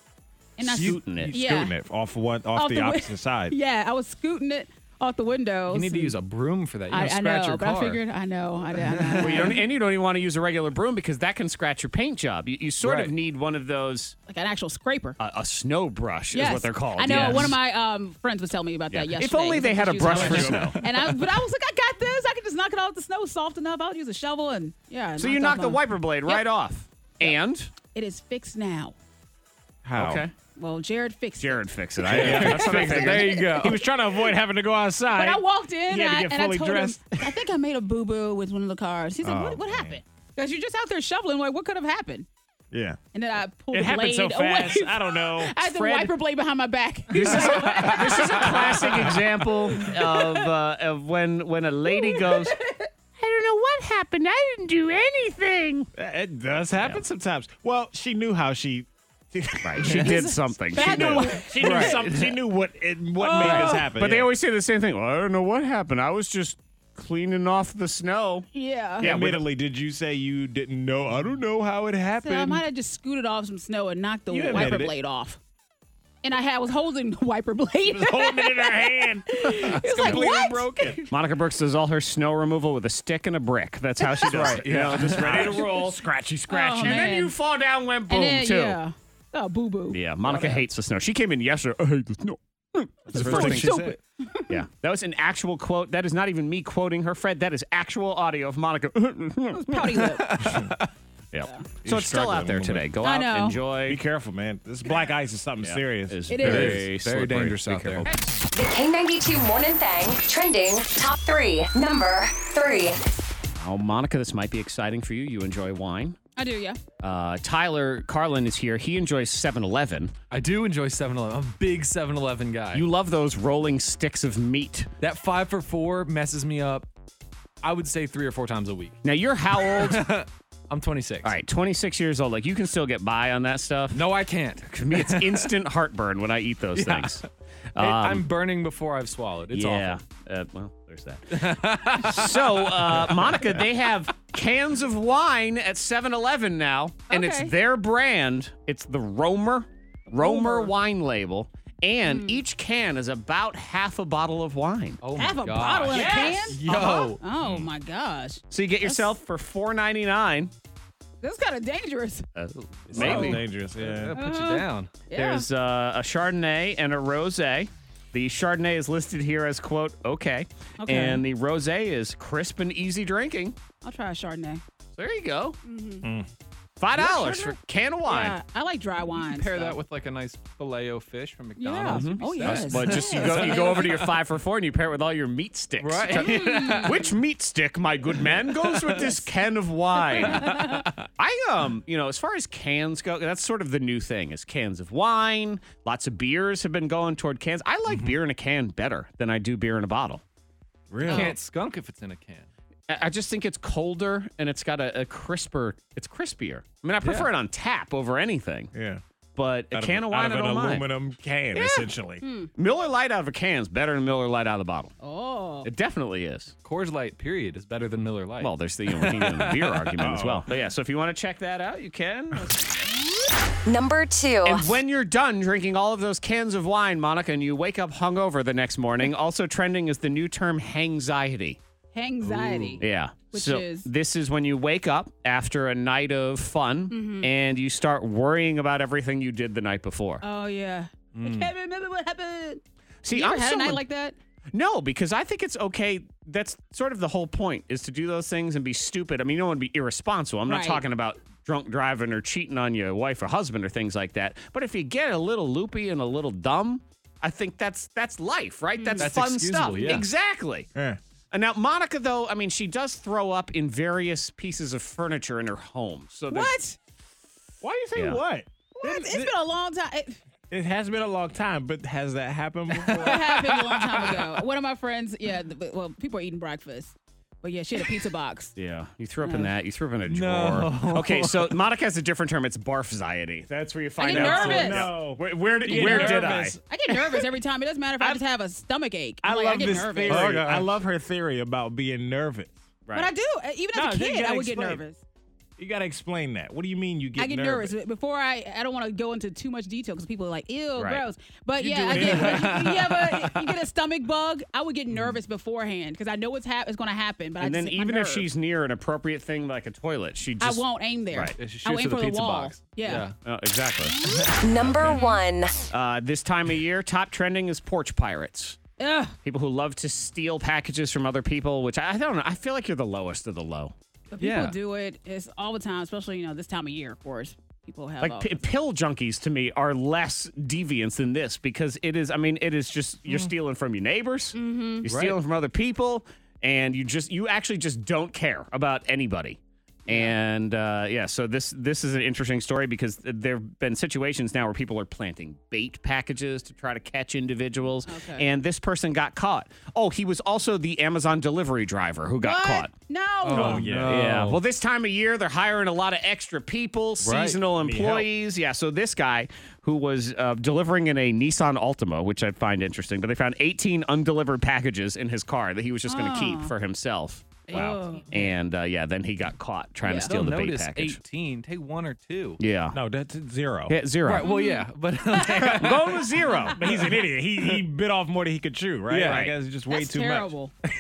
And I Scooting it. You Yeah. scooting it off one off, the, wi- opposite side. *laughs* Yeah, I was scooting it off the window. You need to use a broom for that. You I, don't I scratch know, your but car. I *laughs* figured I know. I, did- I Well, know. you don't, and you don't even want to use a regular broom because that can scratch your paint job. You, you sort of Right. need one of those, like an actual scraper. uh, a snow brush yes. is what they're called. I know. Yes. One of my um, friends was telling me about that Yeah. yesterday. If only He's they like, had a "Just brush use for a snow. *laughs* And I, but I was like, I got this. I can just knock it off. The snow's soft enough. I'll use a shovel and yeah. So you knocked knock it the off. wiper blade right off. And It is fixed now. How? *laughs* Well, Jared fixed it. *laughs* Jared fix it. I, that's what I think. There you go. He was trying to avoid having to go outside. But I walked in He had to I- get and I fully told dressed. him, I Oh, think I made a boo boo with one of the cars. He's like, what, what happened? Because you're just out there shoveling. Like, what could have happened? Yeah. And then I pulled It the happened blade so away. fast. I don't know. *laughs* I had the Fred- wiper blade behind my back. *laughs* This is a, *laughs* this is a classic example of, uh, of when when a lady goes, I don't know what happened. I didn't do anything. It does happen sometimes. Well, she knew how she. *laughs* Right. She did something. She She knew, did. she knew Right. something. She knew what it, what Oh. made this happen. "Oh," But they yeah. always say the same thing. Well, I don't know what happened. I was just cleaning off the snow. yeah. Yeah, admittedly, did you say you didn't know? I don't know how it So I happened. might have just scooted off some snow and knocked the You wiper admitted it. blade off. And I had was holding the wiper blade. holding it in her *laughs* hand. it's like completely what? broken. Monica Brooks does all her snow removal with a stick and a brick. That's *laughs* how she does it. You know, just ready to *laughs* roll. Scratchy, Oh, scratchy. man. fall down when And then, yeah. Oh, boo boo. Yeah, Monica hates the snow. She came in yesterday. I hate the snow. That's the first thing she said. Yeah, that was an actual quote. That is not even me quoting her, Fred. That is actual audio of Monica. *laughs* Pouty lip. yeah. So You're it's still struggling out there a little today. bit. Go I out, know. Be enjoy. careful, man. This black ice is something serious. It is. Very, Very very dangerous out there. The K92 Morning Thang trending top three. Number three. Oh, Monica, this might be exciting for you. You enjoy wine. I do, yeah. Uh, Tyler Carlin is here. He enjoys 7 Eleven. I do enjoy 7 Eleven. I'm a big 7 Eleven guy. You love those rolling sticks of meat. that five for four messes me up, I would say three or four times a week. Now, you're how old? All *laughs* I'm 26. right, 26 years old. Like, you can still get by on that stuff. No, I can't. To me, it's instant heartburn when I *laughs* eat those things. I- I'm Um, burning before I've swallowed. *laughs* It's yeah. awful. Uh, well, *laughs* there's that. so, uh, Monica, they have cans of wine at 7 Eleven now, and Okay. it's their brand. It's the Romer, Romer wine label, and Hmm. each can is about half a bottle of wine. Oh my Have a gosh. bottle in a can? Yo. Oh my gosh. So, you get yourself for four ninety nine. That's kind of dangerous. Uh, Something maybe. dangerous. Yeah. That'll put you down. Uh-huh. Yeah. There's uh, a Chardonnay and a Rosé. The Chardonnay is listed here as quote okay, Okay. and the Rosé is crisp and easy drinking. I'll try a Chardonnay. Mm-hmm. So there you go. Mm. Five dollars for a can of wine. Yeah, I like dry wine. Pair that with like a nice filet o fish from Yeah. McDonald's. You'd be Oh, set. yes. But just you Yes. go you go over to *laughs* your five for four and you pair it with all your meat sticks. Right. *laughs* Which meat stick, my good man, goes with *laughs* this can of *laughs* wine? I um, you know, as far as cans go, that's sort of the new thing is cans of wine. Lots of beers have been going toward cans. I like Mm-hmm. beer in a can better than I do beer in a bottle. You can't skunk if it's in a can. I I just think it's colder and it's got a, a crisper. It's crispier. I mean, I prefer it on tap over anything, Yeah. but a Out of- can of out wine I of don't an mind. aluminum can, essentially. Hmm. Miller Light out of a can is better than Miller Light out of the bottle. Oh. It definitely is. Coors Light, period, is better than Miller Light. Well, there's the you know, we can get into the *laughs* beer argument as well. Oh. But yeah, so if you want to check that out, you can. Number two. And when you're done drinking all of those cans of wine, Monica, and you wake up hungover the next morning, also trending is the new term hangxiety. Anxiety. Yeah. Which so is- this is when you wake up after a night of fun Mm-hmm. and you start worrying about everything you did the night before. Oh, yeah. Mm. I can't remember what happened. See, You ever I'm had a night someone- like that? No, because I think it's okay. That's sort of the whole point is to do those things and be stupid. I mean, you don't want to be irresponsible. I'm not Right. talking about drunk driving or cheating on your wife or husband or things like that. But if you get a little loopy and a little dumb, I think that's that's life, Hmm. right? That's, That's fun excusable, stuff. yeah. Exactly. Yeah. And now Monica though, I mean, she does throw up in various pieces of furniture in her home. So there's- What? Why do you say Yeah. what? What? It's been a long time. It, It has been a long time, but has that happened it before? happened a long time *laughs* ago. One of my friends, yeah, th- but- well, people are eating breakfast. But yeah, she had a pizza box. Yeah, you threw up in No. that. You threw up in a drawer. *laughs* Okay, so Monica has a different term. It's barfxiety. That's where you find get out. nervous. No. where, where did You get where did I? nervous. I get nervous every time. It doesn't matter if I, just have a stomach ache. I I'm like, love get this nervous. theory. Oh, gosh. I love her theory about being nervous. But I do. Uh, Even No, as a then you kid, I gotta would get explain. nervous. You got to explain that. What do you mean you get I get nervous. before I. I don't want to go into too much detail because people are like, "Ew, Right. gross." But yeah, I *laughs* get, yeah, but you get a stomach bug. I would get nervous beforehand because I know it's hap- it's going to happen. But I And then just, my even if nerve, she's near an appropriate thing like a toilet, she just I won't aim there. Right. It shoots I will aim at the for the pizza wall. box. Yeah. Oh, exactly. *laughs* Number Mm-hmm. one. Uh, this time of year, top trending is porch pirates. Ugh. People who love to steal packages from other people, which I, I don't know. I feel like you're the lowest of the low. But people Yeah. do it. It's all the time, especially you know this time of year. Of course, people have Like all- p- pill junkies to me are less deviants than this because it is. I mean, it is just Mm. you're stealing from your neighbors, Mm-hmm. you're stealing from other people, and you just you actually just don't care about anybody. And uh, yeah, so this this is an interesting story because th- there have been situations now where people are planting bait packages to try to catch individuals, Okay. and this person got caught. Oh, he was also the Amazon delivery driver who got What? caught. Oh, No. Oh, yeah. Well, this time of year they're hiring a lot of extra people, seasonal Need help. employees. Yeah. So this guy who was uh, delivering in a Nissan Altima, which I find interesting, but they found 18 undelivered packages in his car that he was just going to keep Oh. for himself. Wow. And uh, yeah, then he got caught trying to steal They'll the bait notice package. 18. Take one or two. Yeah. No, that's zero. Yeah, zero. *laughs* Right, well, yeah, but *laughs* Go to zero. But he's an idiot. He he bit off more than he could chew, right? Yeah. Like, that's just way too much. *laughs*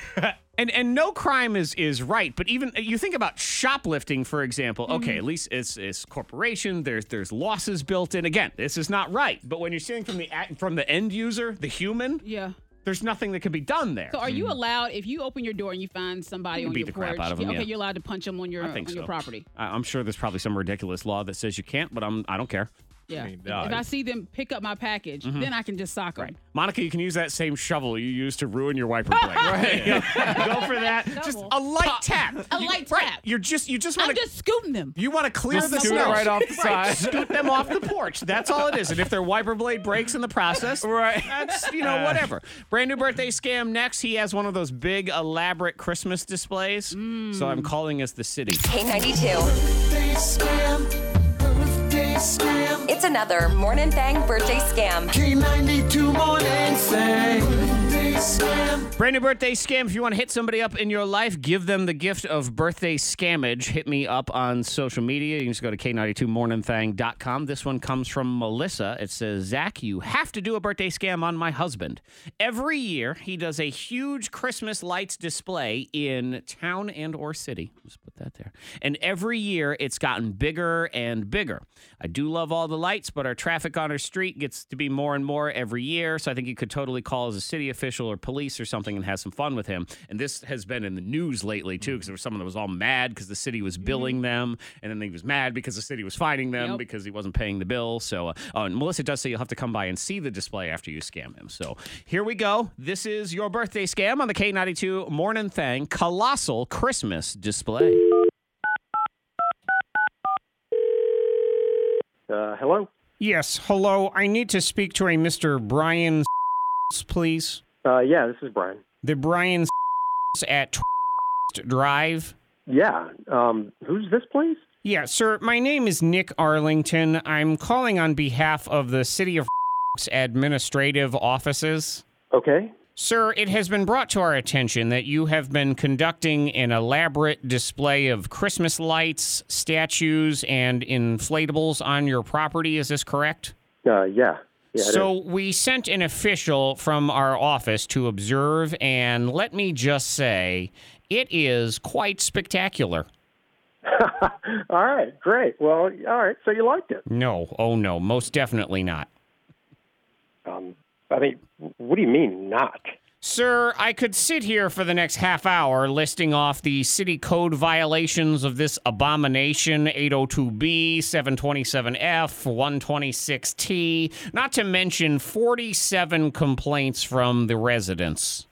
and and no crime is is right, but even you think about shoplifting, for example. Mm-hmm. Okay, at least it's it's corporation. There's there's losses built in. Again, this is not right. But when you're stealing from the act- from the end user, the human, yeah, there's nothing that can be done there. Hmm. So are you allowed if you open your door and you find somebody You on beat your the porch? crap out of 'em, okay, yeah. you're allowed to punch them on your I on think so. your property. I, am sure there's probably some ridiculous law that says you can't, but I'm I don't care. Yeah. mean, If- if uh, I see them pick up my package, Mhm. then I can just sock them. *laughs* Monica, you can use that same shovel you used to ruin your *laughs* wiper blade. right. Go for that. Just a light tap. A light tap. You're just you just want to just scooting them. You want to clear Just the scoot it snow right off the Right, side. Scoot them off the porch. That's all it is. And if their wiper blade breaks in the process, right? That's you know whatever. Brand new birthday scam next. He has one of those big elaborate Christmas displays. So I'm calling us the city. K92. It's another Morning Thang birthday scam. K92 Morning Brand new birthday scam. If you want to hit somebody up in your life, give them the gift of birthday scammage. Hit me up on social media. You can just go to k92morningthang.com. This one comes from Melissa. It says, Zach, you have to do a birthday scam on my husband. Every year, he does a huge Christmas lights display in town and or city. Just put that there. And every year, it's gotten bigger and bigger. I do love all the lights, but our traffic on our street gets to be more and more every year. So I think you could totally call as a city official or police or something and have some fun with him. And this has been in the news lately too, because there was someone that was all mad because the city was billing them, and then he was mad because the city was fining them Yep. because he wasn't paying the bill. So, uh, oh, and Melissa does say you'll have to come by and see the display after you scam him. So here we go. This is your birthday scam on the K92 Morning Thing Colossal Christmas Display. Uh, hello. Yes, hello. I need to speak to a Mr. Brian, please. Uh, yeah, this is Brian. The Brian at Drive. Yeah. Um, who's this place? Yeah, sir. My name is Nick Arlington. I'm calling on behalf of the City of administrative offices. Okay. Sir, it has been brought to our attention that you have been conducting an elaborate display of Christmas lights, statues, and inflatables on your property. Is this correct? Uh, yeah. Yeah. it so is. we sent an official from our office to observe, and let me just say, it is quite spectacular. *laughs* all right. Great. Well, all right. So you liked it. No, oh no, most definitely not. Um, I mean, what do you mean not? Sir, I could sit here for the next half hour listing off the city code violations of this abomination 802B, 727F, 126T, not to mention 47 complaints from the residents.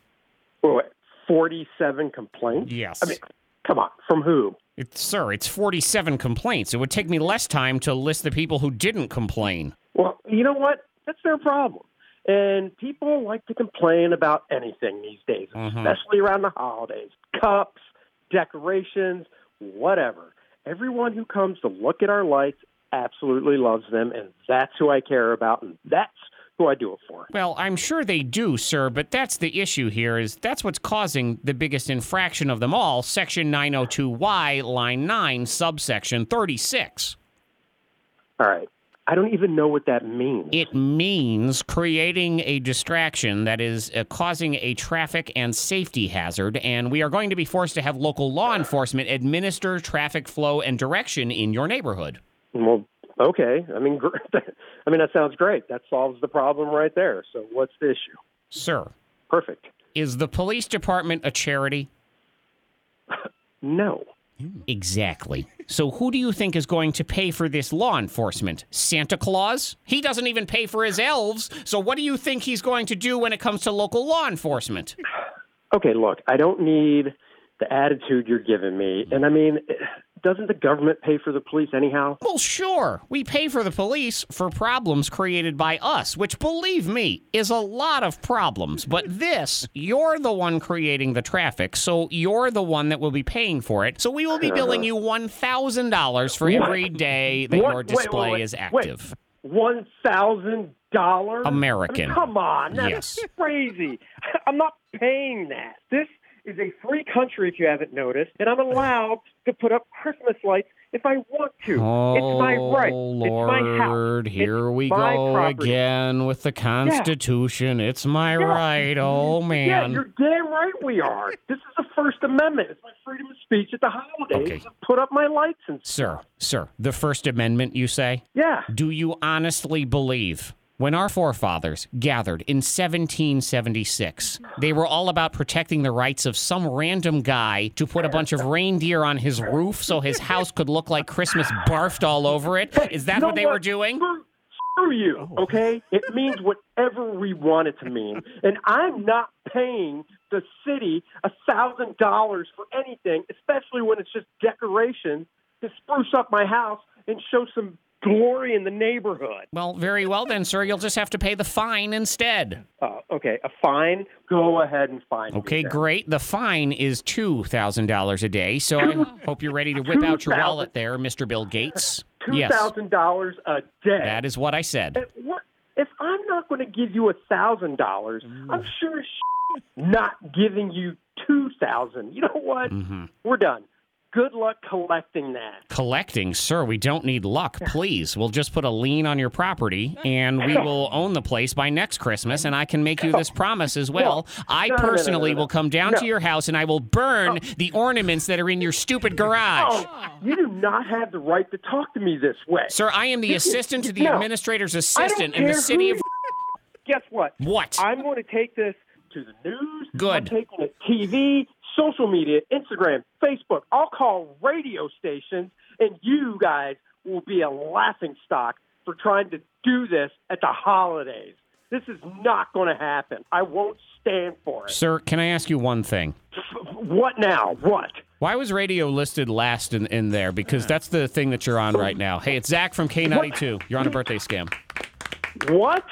Wait, wait, Forty-seven complaints. Yes. I mean, come on. From who? It's, sir, it's 47 complaints. It would take me less time to list the people who didn't complain. Well, you know what? That's their problem. And people like to complain about anything these days, Mm-hmm. especially around the holidays. Cups, decorations, whatever. Everyone who comes to look at our lights absolutely loves them, and that's who I care about, and that's who I do it for. Well, I'm sure they do, sir, but that's the issue here is that's what's causing the biggest infraction of them all, section 902Y, line 9, subsection 36. All right. I don't even know what that means. It means creating a distraction that is uh, causing a traffic and safety hazard, and we are going to be forced to have local law enforcement administer traffic flow and direction in your neighborhood. Well, okay. I mean, *laughs* gr- I mean that sounds great. That solves the problem right there. So what's the issue? Sir, Perfect. is the police department a charity? No. Exactly. So, who do you think is going to pay for this law enforcement? Santa Claus? He doesn't even pay for his elves. So, what do you think he's going to do when it comes to local law enforcement? okay, look, I don't need the attitude you're giving me. And I mean, doesn't the government pay for the police anyhow? Well, sure. We pay for the police for problems created by us, which, believe me, is a lot of problems. *laughs* But this, you're the one creating the traffic, so you're the one that will be paying for it. So we will be billing you $1,000 for every day What? that your Wait, wait, display wait, is wait. active. One thousand dollars American. come on, that's Yes. crazy. *laughs* I'm not paying that. This is a free country, if you haven't noticed, and I'm allowed to put up Christmas lights if I want to. it's my Oh, right. Lord, it's my house. here we my go property. again with the Constitution. It's my right. Oh, man. Yeah, you're damn right we are. This is the First Amendment. It's my freedom of speech at the holidays. Okay. to Put up my lights and Sir, sir, the First Amendment, you say? Yeah. Do you honestly believe when our forefathers gathered in 1776, they were all about protecting the rights of some random guy to put a bunch of reindeer on his roof so his house could look like Christmas barfed all over it? Is that You know what they were doing? Oh. Screw, screw you, okay? It means whatever we want it to mean. And I'm not paying the city a thousand dollars for anything, especially when it's just decoration to spruce up my house and show some glory in the neighborhood. Well, very well then, sir. You'll just have to pay the fine instead. Uh, okay, a fine. Go ahead and fine. me Okay, then. great. The fine is $2,000 a day, so I hope you're ready to whip out your $2,000. wallet there, Mr. Bill Gates. Two Yes. thousand dollars a day. That is what I said. And what- if I'm not going to give you a thousand dollars, I'm Mm. sure as shit not giving you two thousand. You know what? Mm-hmm. Hmm. We're done. Good luck collecting that. Collecting, sir, we don't need luck, please. We'll just put a lien on your property and we will own the place by next Christmas. And I can make you this promise as well. I No, no, no, no, personally no. will come down to No. your house and I will burn the ornaments that are in your stupid garage. Oh, you do not have the right to talk to me this way, Sir, I am the You- assistant to the No. administrator's I don't assistant in the care city who of. you- Guess what? What? I'm going to take this to the news. Good. I'm taking it TV, social media, Instagram, Facebook. I'll call radio stations, and you guys will be a laughing stock for trying to do this at the holidays. This is not going to happen. I won't stand for it. Sir, can I ask you one thing? What now? What? Why was radio listed last in, in there? Because that's the thing that you're on right now. Hey, it's Zach from K92. You're on a birthday scam. What?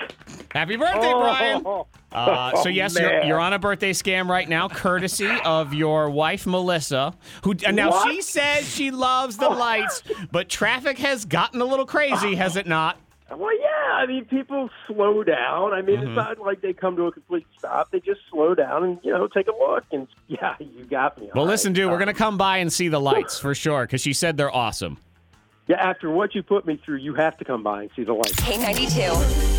Happy birthday, Brian! Uh, Oh, so yes, you're, man. you're on a birthday scam right now, courtesy of your wife Melissa. Who and now What? she says she loves the lights, but traffic has gotten a little crazy, has it not? Well, yeah. I mean, people slow down. I mean, Mhm. it's not like they come to a complete stop. They just slow down and you know take a look. And *laughs* yeah, you got me. Well, listen, dude, we're gonna come by and see the lights for sure because she said they're awesome. Yeah, after what you put me through, you have to come by and see the lights. K92.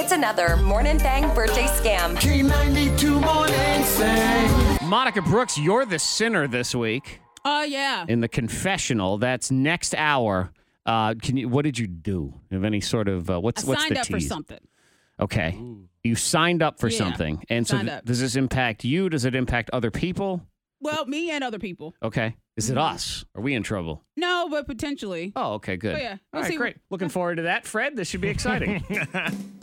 It's another Morning Thang birthday scam. K92 Morning Thang. Monica Brooks, you're the sinner this week Oh yeah. in the confessional. That's next hour. Uh, can you? What did you do? Have any sort of uh, what's I what's signed the up for tease? something. Okay. You signed up for Yeah, something. And so signed th- up. does this impact you? Does it impact other people? Well, me and other people. Okay. Is Mm-hmm. it us? Are we in trouble? No, but potentially. Oh, okay, good. Oh, yeah. All We'll right, see. great. Looking forward to that, Fred. This should be exciting.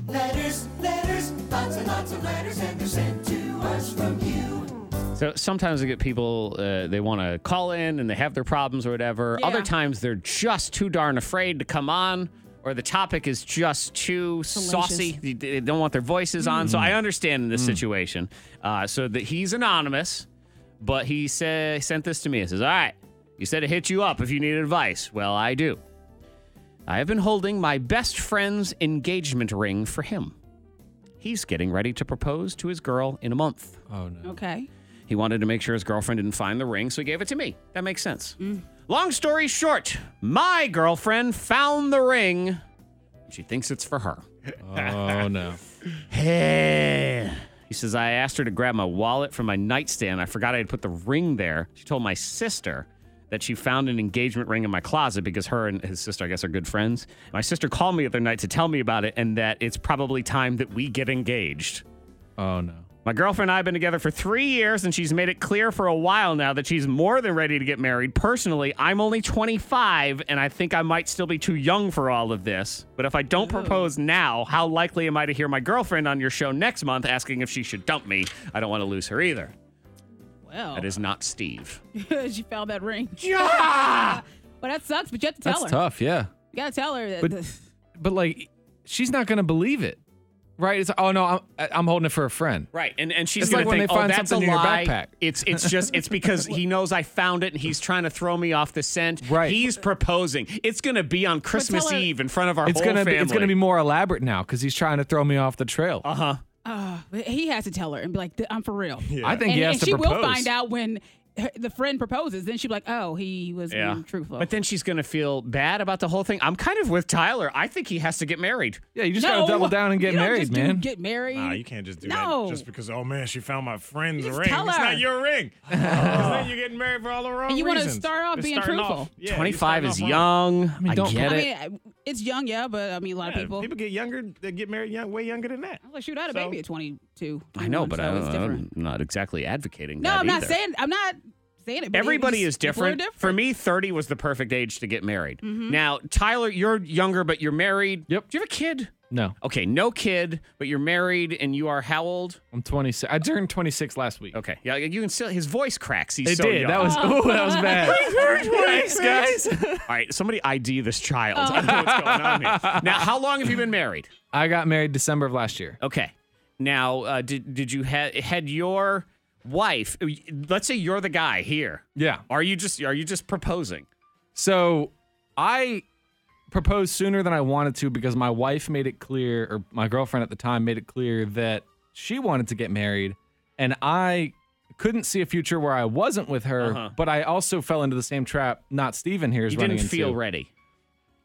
Letters, letters, lots and lots of letters, and they're sent to us from you. so sometimes I get people, uh, they want to call in and they have their problems or whatever. Other times they're just too darn afraid to come on. Or the topic is just too saucy. They- They don't want their voices on. So Mhm. I understand in this situation. Uh, so that he's anonymous, but he sa- sent this to me. He says, All right, you said to hit you up if you need advice. Well, I do. I have been holding my best friend's engagement ring for him. He's getting ready to propose to his girl in a month. Oh, no. Okay. He wanted to make sure his girlfriend didn't find the ring, so he gave it to me. That makes sense. Long story short, my girlfriend found the ring. She thinks it's for her. Oh, no. *laughs* Hey. He says, I asked her to grab my wallet from my nightstand. I forgot I had put the ring there. She told my sister that she found an engagement ring in my closet because her and his sister, I guess, are good friends. My sister called me the other night to tell me about it and that it's probably time that we get engaged. Oh, no. My girlfriend and I have been together for three years, and she's made it clear for a while now that she's more than ready to get married. Personally, I'm only 25, and I think I might still be too young for all of this. But if I don't propose now, how likely am I to hear my girlfriend on your show next month asking if she should dump me? I don't want to lose her either. Well, That is not Steve. *laughs* she found *laughs* that ring. Yeah! *laughs* well, that sucks, but you have to tell That's her. tough, yeah. You gotta tell Uh, her that. But but like she's not gonna believe it, right? It's oh no, I'm I'm holding it for a friend. Right, and and she's It's gonna like when think, they oh, find that's something a in your lie. backpack. It's it's just it's because he knows I found it and he's trying to throw me off the scent. Right, he's proposing. It's gonna be on Christmas her- Eve in front of our It's whole gonna family. Uh-huh. be it's gonna be more elaborate now because he's trying to throw me off the trail. Uh huh. Uh, but he has to tell her and be like, "Th- I'm for real. Yeah. I think and, he has and to she will propose. find out when her, the friend proposes. Then she'll be like, oh, he was yeah, being truthful. But then she's gonna feel bad about the whole thing. I'm kind of with Tyler. I think he has to get married. Yeah, you No, you don't just do get married. Nah, you can't just do No. that just because, oh man, she found my friend's just ring. tell It's her. not your ring. 'Cause *laughs* then you're getting married for all the wrong And you wanna reasons. start off You're being starting truthful. off- yeah, you're 25 starting off is wrong. young. mean, I don't- get I it. mean, I- it's young, yeah, but I mean, a lot Yeah, of people. People get younger, they get married young, way younger than that. I'm like, shoot, I had a So- baby at 22. I know, 21, but so I it's don't, different. I'm not exactly advocating. No, that I'm not either. saying. I'm not saying it. but Everybody it's- is people are different. For me, 30 was the perfect age to get married. Mhm. Now, Tyler, you're younger, but you're married. Yep. Do you have a kid? No, Okay, no kid, but you're married and you are how old? I'm 26. I turned 26 last week. Okay. Yeah, you can still, his voice cracks. He's It so did. young. That was oh, that *laughs* was bad. *laughs* Thanks, guys. All right, somebody ID this child. Oh. I don't know what's going *laughs* on here. Now, how long have you been married? I got married December of last year. Okay. Now, uh, did did you ha- had your wife? Let's say you're the guy here. Yeah. Are you just are you just proposing? So I proposed sooner than I wanted to because my wife made it clear, or my girlfriend at the time made it clear that she wanted to get married, and I couldn't see a future where I wasn't with her. Uh-huh. But I also fell into the same trap. Not Steven here is you running didn't into. feel ready.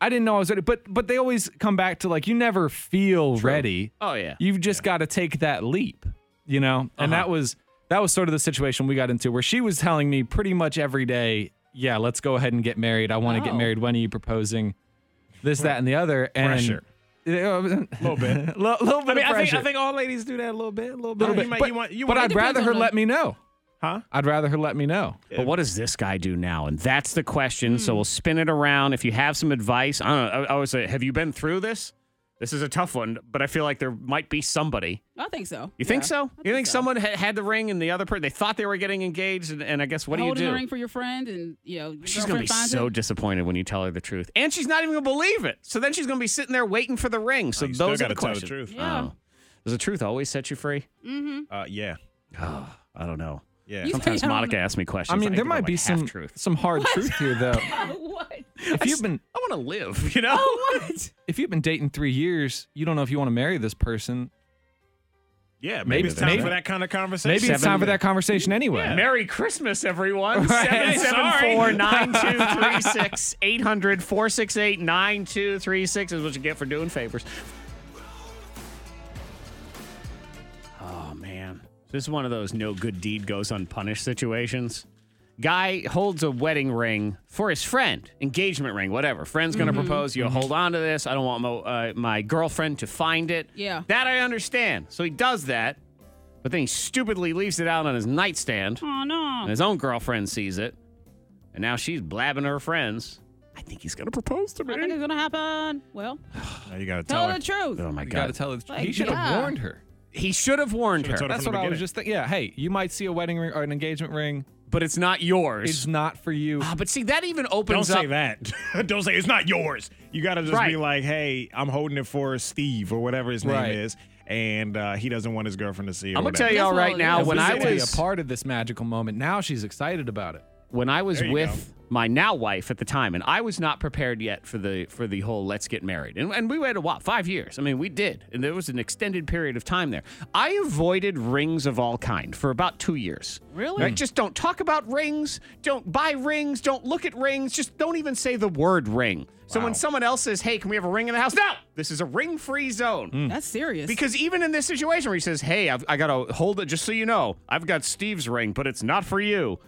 I didn't know I was ready, but but they always come back to like you never feel ready. Oh, yeah. Uh-huh. you've just got to take that leap, you know. And that was that was sort of the situation we got into where she was telling me pretty much every day, yeah, let's go ahead and get married. I want to Oh. get married. When are you proposing? This, that, and the other. And Pressure. a *laughs* little bit, *laughs* a little bit I mean, of I think, pressure. I think all ladies do that a little bit, a little bit. Little bit. You might, but you want, you but want- I'd rather her let me know. Huh? I'd rather her let me know. But what does this guy do now? And that's the question. So we'll spin it around. If you have some advice, I don't know. I, I would say, have you been through this? This is a tough one, but I feel like there might be somebody. I think so. You think Yeah. so? You think someone ha- had the ring and the other person, they thought they were getting engaged, and, and I guess what do you Holding do? the ring for your friend, and you know, your She's gonna girlfriend be finds so it. disappointed when you tell her the truth, and she's not even gonna believe it. So then she's gonna be sitting there waiting for the ring. So you still those are gotta the tell the questions. truth. Yeah. Oh. Does the truth always set you free? Mm-hmm. Uh, yeah, Oh, *sighs* I don't know. yeah. You- Sometimes I don't Monica know. asks me questions. I mean, there give her, might like, be half some truth. some hard truth here *laughs* *laughs* though. what? If you've been I want to live, *laughs* you know? what? if you've been dating three years, you don't know if you want to marry this person. Yeah, maybe, Maybe it's time maybe- for that kind of conversation. Maybe it's time for that conversation anyway. Merry Christmas, *laughs* everyone. Right. 774 9236 800 468 9236 is what you get for doing favors. Oh, man. This is one of those no good deed goes unpunished situations. Guy holds a wedding ring for his friend, engagement ring, whatever. Friend's going to propose. You hold on to this. I don't want my, uh, my girlfriend to find it. Yeah. That I understand. So he does that, but then he stupidly leaves it out on his nightstand. Oh no. And his own girlfriend sees it. And now she's blabbing her friends. I think he's going to propose to I think me. it's gonna happen. Well, Now you gotta tell tell her her. the truth. Oh, my You got to God. tell the Like, He should have yeah. warned her. He should have warned Should've her. told her That's from what the I was beginning. just thinking. Yeah, hey, you might see a wedding ring or an engagement ring. But it's not yours. It's not for you. Ah, but see, that even Don't opens up. say *laughs* that. Don't say it's not yours. You gotta just Right. be like, hey, I'm holding it for Steve or whatever his name Right. is, and uh, he doesn't want his girlfriend to see. It I'm or going to tell whatever. y'all That's right all- now, that's when I This is was. a part of this magical moment. Now she's excited about it. when I was There you with my now wife at the time, and I was not prepared yet for the for the whole let's get married. And, and we waited a while, five years. I mean, we did, and there was an extended period of time there. I avoided rings of all kind for about two years. Really? Right? Just don't talk about rings. Don't buy rings. Don't look at rings. Just don't even say the word ring. So when someone else says, "Hey, can we have a ring in the house?" No, this is a ring-free zone. Hmm. That's serious. Because even in this situation where he says, "Hey, I've, I gotta hold it," just so you know, I've got Steve's ring, but it's not for you.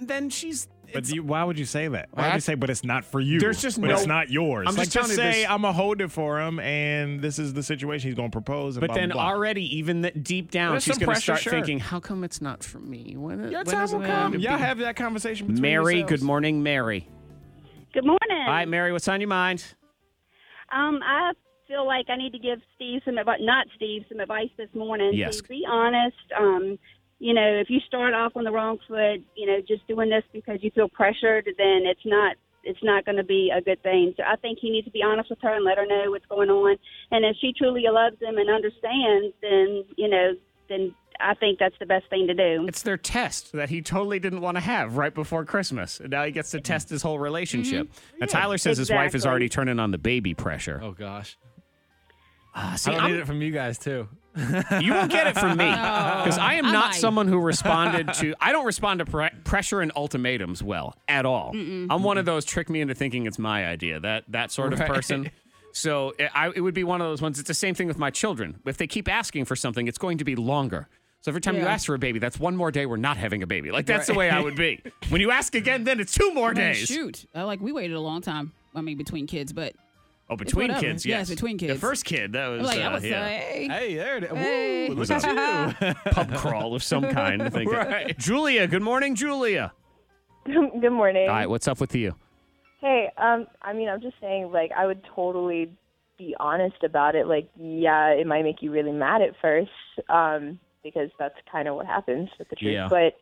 And then she's. But do you, why would you say that? Why Well, would I- you say, but it's not for you? There's just but no- it's not yours. I'm like, just telling you say this- I'm a hold it for him, and this is the situation he's gonna propose. And But blah, then blah, blah. already, even that deep down, There's she's some going to pressure, start sure. thinking, "How come it's not for me?" When, your when time is it will going come. to Y'all be?" have that conversation. Between Mary, yourselves. good morning, Mary. Good morning. All right, Mary, what's on your mind? Um, I feel like I need to give Steve some advice, not Steve, some advice this morning. Yes. To be honest, um, you know, if you start off on the wrong foot, you know, just doing this because you feel pressured, then it's not it's not going to be a good thing. So I think he needs to be honest with her and let her know what's going on. And if she truly loves him and understands, then you know, then I think that's the best thing to do. It's their test that he totally didn't want to have right before Christmas. And now he Mm-hmm. gets to test his whole relationship. Now, Tyler says his wife is Exactly. already turning on the baby pressure. Uh, Oh gosh. see, I don't I'm- need it from you guys too. You will get it from *laughs* Oh. me because Oh. I am I not might. someone who *laughs* responded to. I don't respond to pre- pressure and ultimatums well at all. Mm-mm. I'm one of those trick me into thinking it's my idea. That that sort of Right. person. So it, I, it would be one of those ones. It's the same thing with my children. If they keep asking for something, it's going to be longer. So every time you Yeah. ask for a baby, that's one more day we're not having a baby. Like that's the Right. way I would be. When you ask again, then it's two more I mean, days. Shoot, Uh, like we waited a long time. I mean, between kids, but Oh, It's between whatever. kids, yes. Yes, between kids. The first kid, that was. Like, I uh, was, yeah. uh, hey. Hey, there it is. Hey. Woo, Look look at at you. pub crawl of some kind. I think. Right. *laughs* Julia, good morning, Julia. *laughs* Good morning. All right, what's up with you? Hey, um, I mean, I'm just saying, like, I would totally be honest about it. Like, yeah, it might make you really mad at first, um, because that's kind of what happens with the truth. Yeah. But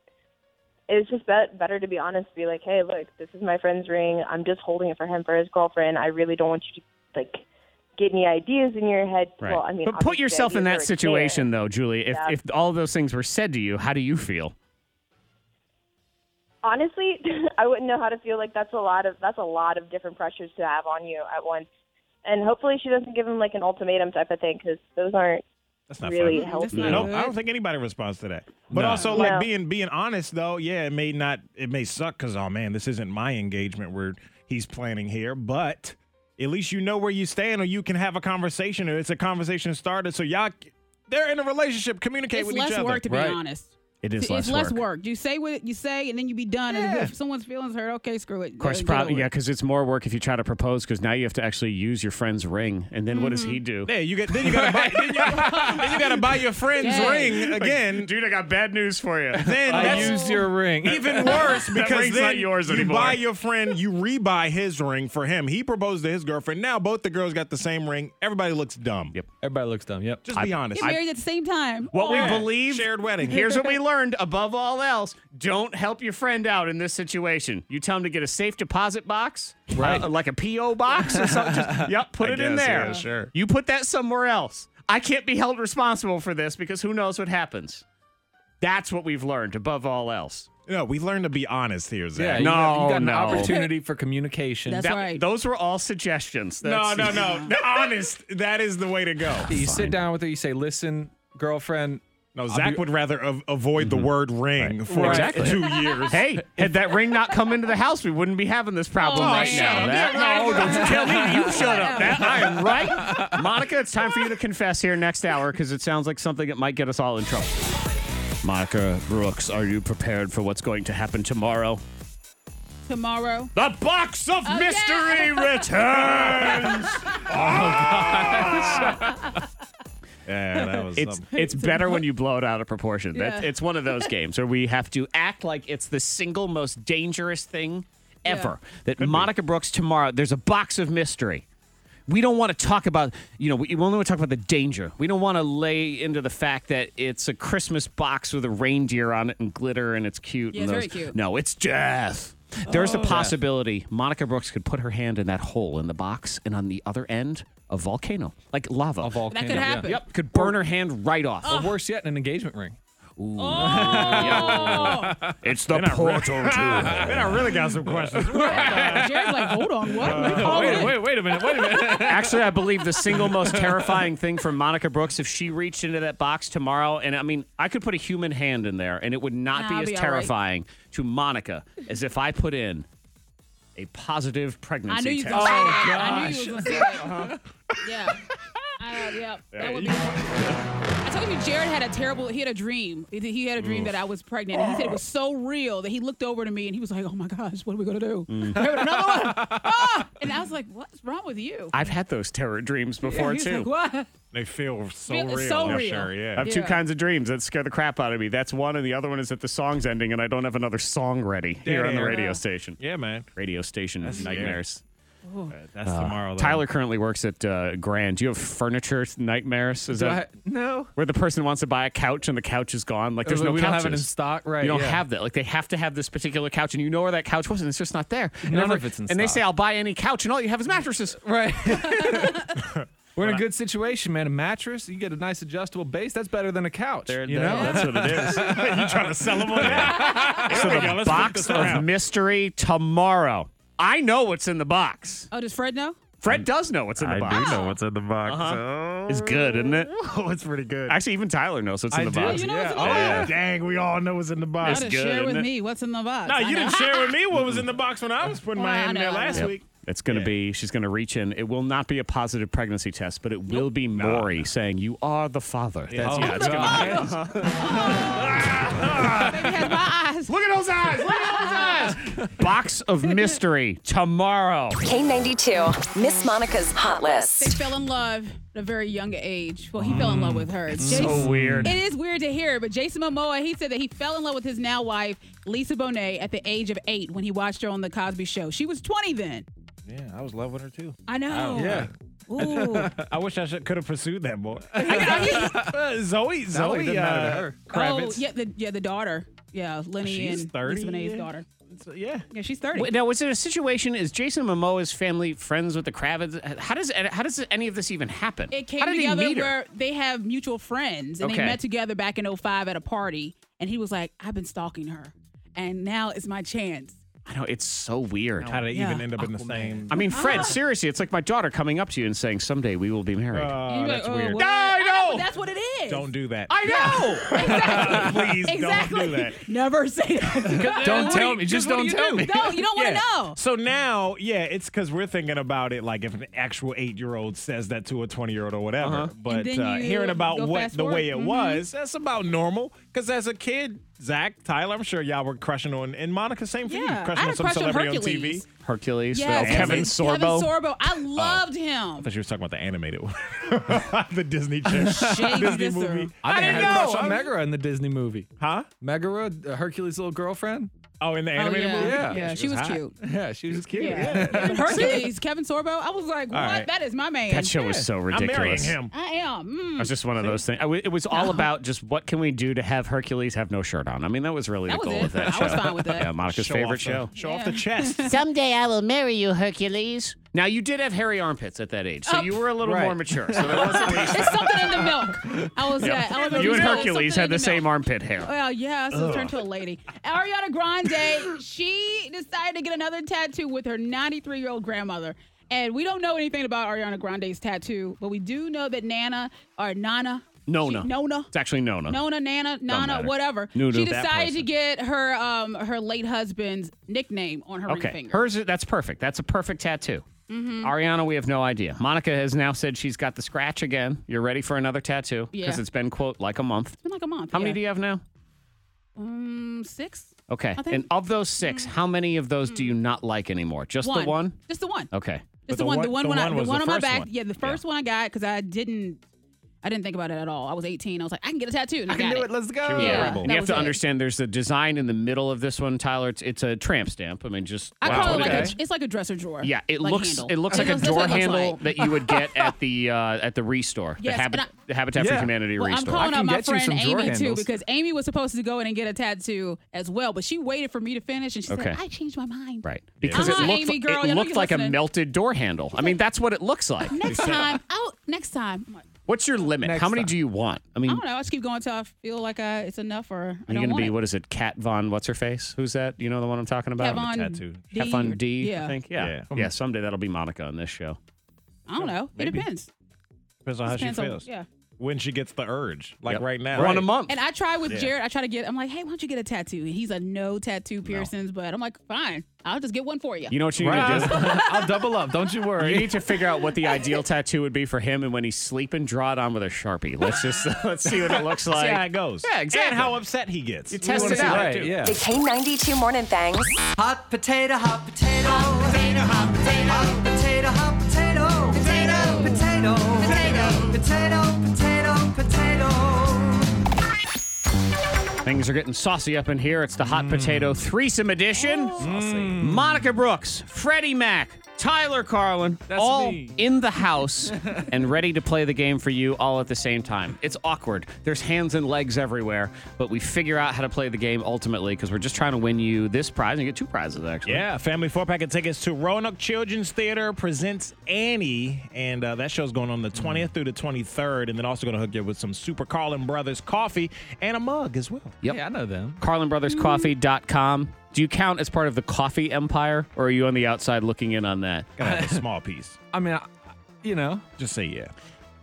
it's just bet better to be honest. Be like, hey, look, this is my friend's ring. I'm just holding it for him for his girlfriend. I really don't want you to like get any ideas in your head. Well, I mean, but put obviously, yourself in that ideas are a chance. situation, though, Julie. If, Yeah. if all those things were said to you, how do you feel? honestly *laughs* i wouldn't know how to feel like that's a lot of that's a lot of different pressures to have on you at once and hopefully she doesn't give him like an ultimatum type of thing because those aren't That's not really fun. healthy Nope, I don't think anybody responds to that. But No. also, like No. being being honest though, yeah, it may not, it may suck because oh man, this isn't my engagement where he's planning here. But at least you know where you stand, or you can have a conversation, or it's a conversation started. So y'all, they're in a relationship, communicate it's with less each other. work to be honest. it's less work. You say what you say, and then you be done. And if someone's feelings hurt, okay, screw it. Of course, probably yeah, because it's more work if you try to propose because now you have to actually use your friend's ring, and then what does Mm-hmm. he do? Yeah, you get then you gotta buy *laughs* then you, then you gotta buy your friend's Yeah. ring again. dude, I got bad news for you. Then I that's used your ring. Even worse That because ring's then not yours you anymore. buy your friend, you rebuy his ring for him. He proposed to his girlfriend. Now both the girls got the same ring. Everybody looks dumb. Yep. Everybody looks dumb. Yep. Just be honest. Get married at the same time. What we Or- believe shared wedding. *laughs* Here's what we learned above all else: don't help your friend out in this situation. You tell him to get a safe deposit box, Right. uh, like a PO box or *laughs* something. Just, yep, put I it in guess, there. yeah, sure. You put that somewhere else. I can't be held responsible for this because who knows what happens. That's what we've learned above all else. No, we learned to be honest here, Yeah, Zach. you got, you got an no. opportunity for communication. That- Those were all suggestions. No, That's- *laughs* no, no. The honest, that is the way to go. You sit down with her, you say, listen, girlfriend. Mm-hmm. No, Zach would rather av- avoid the word ring for two years. Hey, had that ring not come into the house, we wouldn't be having this problem Oh, right shut now. up. That- Yeah, no, right. don't you tell me you shut up. That I am *laughs* right. Monica, it's time for you to confess here next hour because it sounds like something that might get us all in trouble. Monica Brooks, are you prepared for what's going to happen tomorrow? tomorrow. The box of Oh, mystery yeah. returns. *laughs* Ah! *laughs* *laughs* Yeah, that was it's something. it's better when you blow it out of proportion. That's, Yeah. it's one of those games where we have to act like it's the single most dangerous thing ever. That Monica Brooks tomorrow. There's a box of mystery. We don't want to talk about you know we we only want to talk about the danger. We don't want to lay into the fact that it's a Christmas box with a reindeer on it and glitter and it's cute. Yeah, and it's very those- cute. No, it's death. There's Oh. a possibility Monica Brooks could put her hand in that hole in the box and on the other end a volcano, like lava. A volcano. could happen. Yep, could burn her hand right off. Or worse yet, an *laughs* engagement ring. Oh. *laughs* It's the *laughs* portal to Then I really got some questions. Jared's like, hold on, what? wait, wait, wait a minute. Wait a minute. Actually, I believe the single most terrifying thing for Monica Brooks if she reached into that box tomorrow, and I mean, I could put a human hand in there, and it would not Nah, be I'll as be all right. terrifying to Monica as if I put in a positive pregnancy I knew you was test. gonna say that. I knew you was gonna say that. Yeah. I, uh, yeah. That would be. I told you Jared had a terrible. He had a dream. He- He had a dream Oof. that I was pregnant. And he said it was so real that he looked over to me and he was like, "Oh my gosh, what are we gonna do?" Mm. *laughs* Another one. Ah! And I was like, "What's wrong with you?" *laughs* I've had those terror dreams before He's too. like, what? *laughs* They feel so Feel- real. it's so I'm real. Sure, yeah. I have two Yeah. kinds of dreams that scare the crap out of me. That's one, and the other one is that the song's ending and I don't have another song ready here Dead on the air. radio Yeah. station. Yeah, man. Radio station That's nightmares. scary. That's tomorrow. though. Uh, Tyler currently works at uh, Grand. Do you have furniture nightmares? *laughs* Is Do that I- no. where the person wants to buy a couch and the couch is gone? Like there's We no don't have it in couches. stock, right, You don't yeah. have that. Like they have to have this particular couch, and you know where that couch was, and it's just not there. And None of it's in And they stock. say, "I'll buy any couch," and all you have is mattresses. Right. *laughs* We're in a good situation, man. A mattress, you get a nice adjustable base. That's better than a couch. you there- know, that's what it *laughs* is. you trying to sell them *laughs* on that? So the box of mystery tomorrow. I know what's in the box. Oh, does Fred know? Fred does know what's in the I box. do know what's in the box. It's good, isn't it? *laughs* Oh, it's pretty good. Actually, even Tyler knows what's in I the do, box. you know what's in the Oh, box. dang, we all know what's in the Now box. to share with me what's in the box. No, I you know. didn't share with me what *laughs* was in the box when I was putting Well, my I hand in there know, I last know. week. It's going to be, she's going to reach in. It will not be a positive pregnancy test, but it will be Maury saying, You are the father. That's, Oh, yeah, it's gonna God. Because my eyes. Look at those eyes. Look at those eyes. be box *laughs* of mystery tomorrow. K92, Miss Monica's Hot They List. fell in love at a very young age. Well, he fell in love Mm. with her. It's so weird. It is weird to hear, but Jason Momoa, he said that he fell in love with his now wife, Lisa Bonet, at the age of eight when he watched her on The Cosby Show. She was 20 then. Yeah, I was loving her too. I know. Yeah. Ooh. *laughs* I wish I could have pursued that more. *laughs* Zoe, Zoe, doesn't matter to uh, her. Oh, Kravitz. yeah, the, yeah, the daughter. Yeah, Lenny She's and 30, Lisa Bonet's yeah. daughter. So, yeah. Yeah, she's 30. Wait, now, was it a situation? Is Jason Momoa's family friends with the Kravitz? How does how does any of this even happen? It came how did together he meet her? where they have mutual friends and Okay. they met together back in 05 at a party. And he was like, I've been stalking her. And now is my chance. I know it's so weird. How did it Yeah. even end up in the same? I mean, Ah. Fred, seriously, it's like my daughter coming up to you and saying, "Someday we will be married." And Oh, you're that's like, oh, weird. what? I know. but that's what it is. Don't do that. I know. *laughs* *laughs* Please exactly. don't do that. Never say that. Don't tell Wait, me. Just 'cause what don't do you tell do? me. no, you don't want to Yeah. know. So now, yeah, it's because we're thinking about it like if an actual eight year old says that to a 20 year old or whatever. Uh-huh. But then uh, you hearing about go what fast the way it forward. Mhm. was, that's about normal. Because as a kid, Zach, Tyler, I'm sure y'all were crushing on, and Monica, same for Yeah, you, I crushing had on a some crush on celebrity on, TV. Hercules. Hercules, Yes, oh, Kevin yes, Sorbo. Kevin Sorbo. I *laughs* loved him. But she was talking about the animated one, *laughs* the *laughs* Disney *laughs* chick. Shades Disney visceral. movie. I, think I didn't had a know. crush on I'm- Megara in the Disney movie. Huh? Megara, uh, Hercules' little girlfriend. Oh, in the Oh, animated yeah. movie? Yeah. yeah, she, was, hot. cute. *laughs* Yeah, she was cute. Yeah. But Hercules, Kevin Sorbo. I was like, what? right. That is my man. That show was so I'm ridiculous. marrying him. I am. It Mm. was just one of those things. I w- it was all about just what can we do to have Hercules have no shirt on. I mean, that was really That the was goal it. of that I show. was fine with that. Yeah, Monica's Show off favorite the- show. Show off the chest. *laughs* Someday I will marry you, Hercules. Now you did have hairy armpits at that age, so Oh. you were a little Right. more mature. So *laughs* that wasn't what you There's something in the milk. I was yeah. I was You and there was Hercules something had in the same milk. armpit hair. Well, Oh, yeah, so turned to a lady. Ariana Grande, she decided to get another tattoo with her 93 year old grandmother. And we don't know anything about Ariana Grande's tattoo, but we do know that Nana or Nana. Nona. She, Nona. It's actually Nona. Nona, Nana, Nana, matter. whatever. Knew she to that decided to person. get her um her late husband's nickname on her ring Okay, finger. Mm-hmm. hers. That's perfect. That's a perfect tattoo. Ariana, we have no idea. Monica has now said she's got the scratch again. You're ready for another tattoo because Yeah. it's been quote like a month. it's been like a month. How yeah. many do you have now? Um, six. Okay. I think- And of those six, how many of those do you not like anymore? Just the one? Just the one. Okay. But Just the, one, the one, when I, the was one the on my first back. one. Yeah, the first one I got because I didn't, I didn't think about it at all. I was 18. I was like, I can get a tattoo. And I, got it. Let's go. Yeah. Yeah. rebel. And That you have was to it. understand there's a design in the middle of this one, Tyler. It's, it's a tramp stamp. I mean, just. I call it like okay. a, it's like a dresser drawer. Yeah, it like looks handle. it looks like a that's what door it looks handle like. that you *laughs* would get at the uh, at the restore, Yes, the, Habit, and I- the Habitat for Yeah. Humanity Well, I'm restore. calling I out can my get you friend some drawer Amy too handles. because Amy was supposed to go in and get a tattoo as well, but she waited for me to finish and she Okay. said, "I changed my mind." Right, because Uh-huh, it looked Amy, girl, I know it you're looked like a listening. melted door handle. I mean, that's what it looks *laughs* like. Next time, out. Next time, I'm like, What's your limit? Next How many time. do you want? I I mean, don't know. I just keep going until I feel like I, it's enough or I You're don't gonna want be it. what is it? Kat Von what's her face? Who's that? You know the one I'm talking about? Kevon tattoo. D Kat Von or- D, I Yeah, think. Yeah. yeah. Yeah. someday that'll be Monica on this show. I don't know. It Maybe. depends. Depends on how she Depends on- feels. yeah. When she gets the urge, like Yep. right now. One a month. And I try with Jared. I try to get. I'm like, hey, why don't you get a tattoo? And he's a no tattoo piercings, but I'm like, fine, I'll just get one for you. you know what you need Right. to *laughs* I'll double up. Don't you do? worry. You need to figure out what the ideal tattoo would be for him and when he's sleeping, draw it on with a Sharpie. Let's just *laughs* let's *laughs* see what it *laughs* looks See like. how it goes. Yeah, exactly. And how upset he gets. You test wanna it see out. that, Right, too. yeah. The K92 Morning Thang. Hot potato, hot potato, hot potato, hot potato, hot potato, hot potato, potato, potato, potato, potato, potato, potato. Things are getting saucy up in here. It's the Hot Potato Mm. Threesome Edition. Mm. Monica Brooks, Freddie Mac, Tyler Carlin, all in *laughs* the house and ready to play the game for you all at the same time. It's awkward. There's hands and legs everywhere, but we figure out how to play the game ultimately because we're just trying to win you this prize and you get two prizes actually. Yeah, family four pack of tickets to Roanoke Children's Theater presents Annie, and uh, that show's going on the 20th through the 23rd, and then also going to hook you up with some Super Carlin Brothers coffee and a mug as well. Yep. Yeah, I know them. CarlinBrothersCoffee.com. Do you count as part of the coffee empire, or are you on the outside looking in on that? Gotta have a small piece. I mean, I, you know. Just say yeah.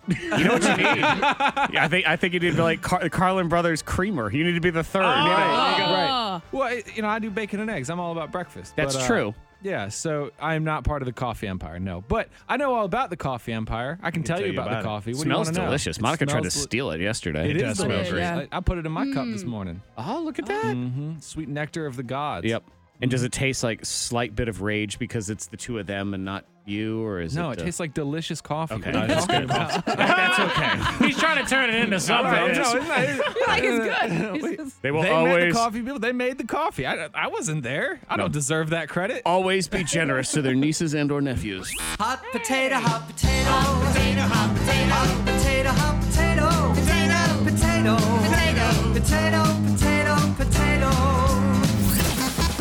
You know what you *laughs* need. yeah, I think I think you need to be like Car- Carlin Brothers Creamer. You need to be the Oh. third. Oh, Right, right. Well, I- you know, I do bacon and eggs. I'm all about breakfast. uh, That's true. Yeah, so I am not part of the coffee empire, no. But I know all about the coffee empire. I can, tell, you about, the coffee. It What do you smells wanna know? delicious. It Monica tried to smells steal it yesterday. It, does smell great. I, I put it in my cup Mm. this morning. Oh, look at that. hmm Sweet nectar of the gods. Yep. And does it taste like slight bit of rage because it's the two of them and not you, or is No, it? uh, it tastes like delicious coffee. *laughs* Okay. What are you That's talking good. about? That's *laughs* okay. He's trying to turn it *laughs* into something. *laughs* like *laughs* it's good. They will they Made always- the coffee people. They made the coffee. I, I wasn't there. I don't deserve that credit. Always be generous to their nieces and or nephews. Hot potato, hot potato, hot potato, hot potato, hot potato, hot potato, potato, potato, potato, potato,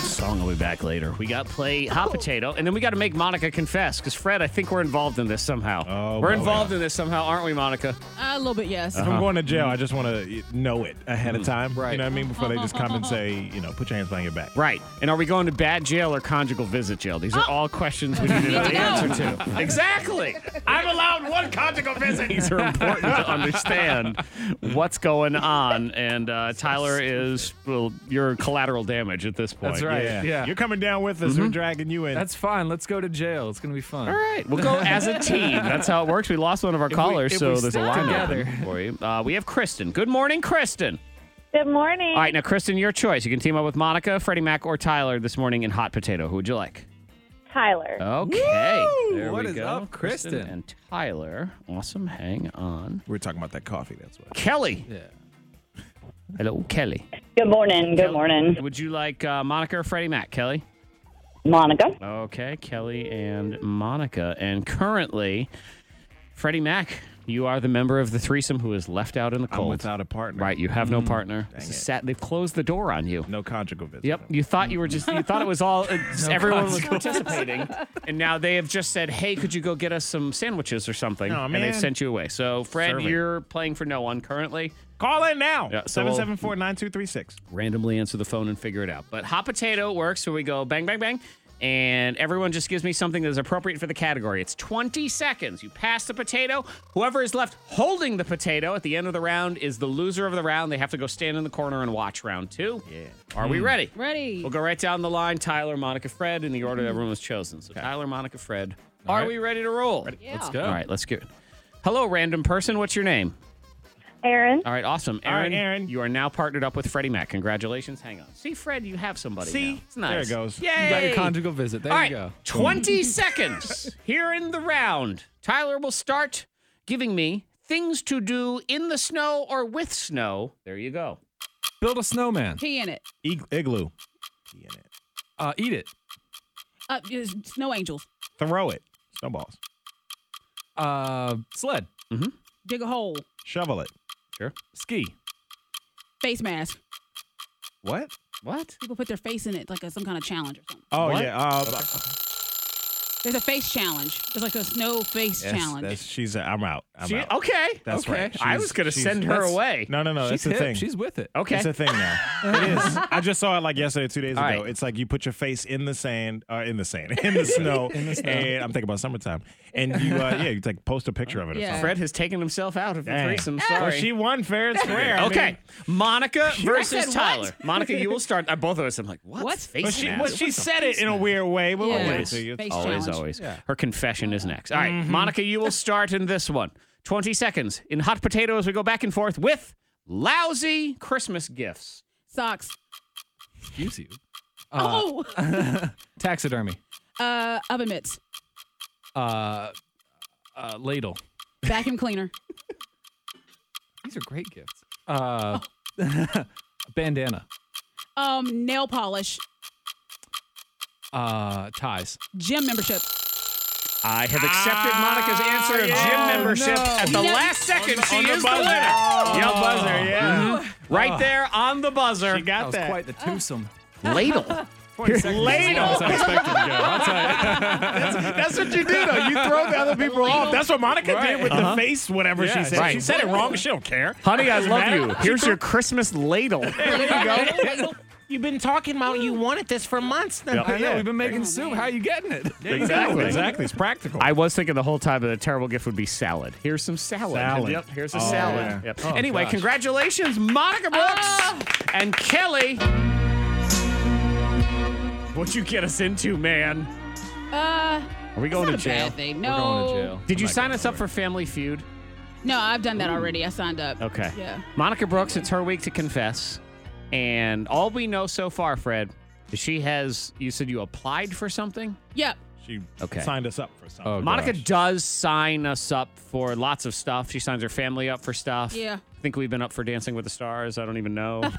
Song will be back later. We got play hot potato, and then we got to make Monica confess because Fred, I think we're involved in this somehow. Oh, we're boy. involved in this somehow, aren't we, Monica? A little bit, yes. Uh-huh. If I'm going to jail, I just want to know it ahead Mm. of time. Right. You know what I mean? Before they just come *laughs* and say, you know, put your hands behind your back. Right. And are we going to bad jail or conjugal visit jail? These Oh. are all questions we need to know the answer *laughs* to. exactly. I'm allowed one conjugal visit. These are important to understand what's going on, and uh, Tyler is well, you're collateral damage at this point. That's Mm-hmm. right. Yeah. You're coming down with us. We're dragging you in. That's fine. Let's go to jail. It's gonna be fun. All right, we'll go as a team. *laughs* That's how it works. We lost one of our If we- callers, if so we there's a stick line together. open for you. Uh, we have Kristen. Good morning, Kristen. Good morning. All right, now Kristen, your choice. You can team up with Monica, Freddie Mac, or Tyler this morning in hot potato. Who would you like? Tyler. Okay. Woo! There What we is go. up, Kristen? and Tyler. Awesome. Hang on. We're talking about that coffee. That's what. Kelly. Yeah. Hello, Kelly. Good morning. Good Kelly, morning. Would you like uh, Monica or Freddie Mac? Kelly. Monica. Okay, Kelly and Monica. And currently, Freddie Mac, you are the member of the threesome who is left out in the cold. without a partner. Mm-hmm. Right, you have no partner. This is sad. They've closed the door on you. No conjugal visit. Yep, you thought you were just, you thought it was all, *laughs* it's- No everyone was consequences. participating. and now they have just said, hey, could you go get us some sandwiches or something? Aw, And man. they've sent you away. So, Fred, Serving. you're playing for no one currently. Call in now. Yeah, so we'll- 774 9236. randomly answer the phone and figure it out. But hot potato works where we go bang, bang, bang. And everyone just gives me something that is appropriate for the category. It's 20 seconds. You pass the potato. Whoever is left holding the potato at the end of the round is the loser of the round. They have to go stand in the corner and watch round two. Yeah. Are we Hmm. ready? Ready. We'll go right down the line Tyler, Monica, Fred, in the order everyone was chosen. So Tyler, Monica, Fred. All Are right. we ready to roll? Yeah. Let's All right, let's get it. Hello, random person. What's your name? Aaron. All right, awesome. All right, Aaron, Aaron. you are now partnered up with Freddie Mac. Congratulations. Hang on. See, Fred, you have somebody. See? now. it's nice. There it goes. You Yay! got your conjugal visit. There All you right, go. 20 *laughs* seconds here in the round. Tyler will start giving me things to do in the snow or with snow. There you go. Build a snowman. Pee in it. igloo. Uh, eat it. Uh, there's snow angels. Throw it. Snowballs. Uh, sled. Mm-hmm. Dig a hole. Shovel it. Sure. Ski. Face mask. What? What? People put their face in it like a, some kind of challenge or something. Oh, yeah. Uh, There's a face challenge. There's like a snow face Yes, challenge. that's- she's. I'm out. I'm She- out. okay. That's Okay. right. I She's- was gonna she's- send her that's- away. No, no, no. She's That's the hip. thing. She's with it. Okay. It's a thing *laughs* now. it is. I just saw it like yesterday, two days All ago. right. It's like you put your face in the sand, uh, in the sand, *laughs* in *laughs* the snow, In the snow. and I'm thinking about summertime. And you, *laughs* uh, yeah, you like post a picture of it or something. Fred has taken himself out of the Dang. threesome. Well, Sorry. she won fair and square. I okay. mean- *laughs* Monica I said versus what? Tyler. Monica, you will start. Uh, both of us. I'm like, what? What? Face Well, she- mask? well, she What the said it face in a mask? weird way, but we'll give it Always, Mm-hmm. to you. Face always, challenge. always. Yeah. Her confession is next. All right, Mhm. Monica, *laughs* you will start in this one. 20 seconds in hot potato as we go back and forth with lousy Christmas gifts. Socks. Excuse you. Oh. *laughs* taxidermy. Uh, oven mitts. Uh, uh, ladle. Vacuum cleaner. These are great gifts. Uh, *laughs* Bandana. *laughs* Um, nail polish, Uh, ties. gym membership. I have accepted Monica's answer of gym membership at the last second. she is the, winner. Yeah, buzzer, yeah. Mm-hmm. Right there on the buzzer. She got That was quite the twosome. *laughs* Ladle. That's Ladle. unexpected, *laughs* Joe. I'll tell you. *laughs* That's what you do, though. You throw the other people off. That's what Monica did with Uh-huh. the face, whatever Yeah, she said. right. She said it wrong. She don't care. Honey, I Doesn't love matter. you. She Here's threw- your Christmas ladle. there *laughs* *laughs* you go. You've been talking about you wanted this for months now. Yep. I know, we've been making soup. How you getting it? Exactly. Exactly. It's practical. I was thinking the whole time that a terrible gift would be salad. Here's some salad. Salad. Yep, here's a Oh, salad. yeah. Yep. Oh, anyway, gosh. congratulations, Monica Brooks and Kelly. What'd you get us into, man? Uh, Are we going to not a jail? bad thing. We're going to No. jail. Did you I'm not sign us up for Family Feud? no, I've done that already. I signed up. Okay. Yeah. Monica Brooks, it's her week to confess. And all we know so far, Fred, is she has, you said you applied for something? Yep. She Okay. signed us up for something. Monica does sign us up for lots of stuff. She signs her family up for stuff. *laughs* Yeah. I think we've been up for Dancing with the Stars. I don't even know. *laughs*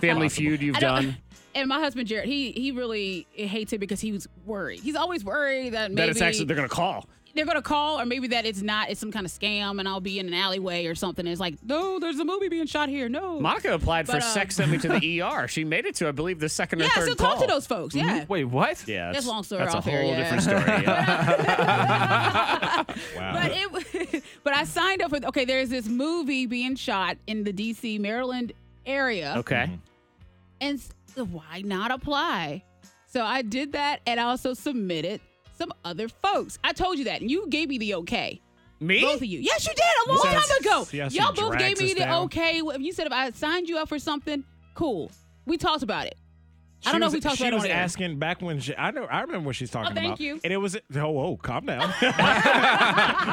Family Feud you've done. *laughs* And my husband Jared, he he really hates it because he was worried. He's always worried that maybe that it's actually, they're going to call. they're gonna call or maybe that it's not it's some kind of scam and I'll be in an alleyway or something. It's like, no, there's a movie being shot here. No. Monica applied for But, uh, Sex Send Me *laughs* to the ER. She made it to, I believe, the second or Yeah, third so call. Mm-hmm. talk to those folks. Yeah. Wait, what? Yeah, That's it's- long story That's a off whole air, yeah. different *laughs* story. Yeah. But it *laughs* but I signed up with okay, there's this movie being shot in the DC, Maryland area. okay. Mm-hmm. And s- so why not apply? So I did that and I also submitted some other folks. I told you that. And you gave me the okay. Me? Both of you. Yes, you did a long Yes. time ago. See how she Y'all both drags gave me us the down? okay. If You said if I signed you up for something, cool. We talked about it. I don't know if was- we talked she about it was on air. asking back when she, I know I remember what she's talking thank about. you. And it was oh whoa, calm down.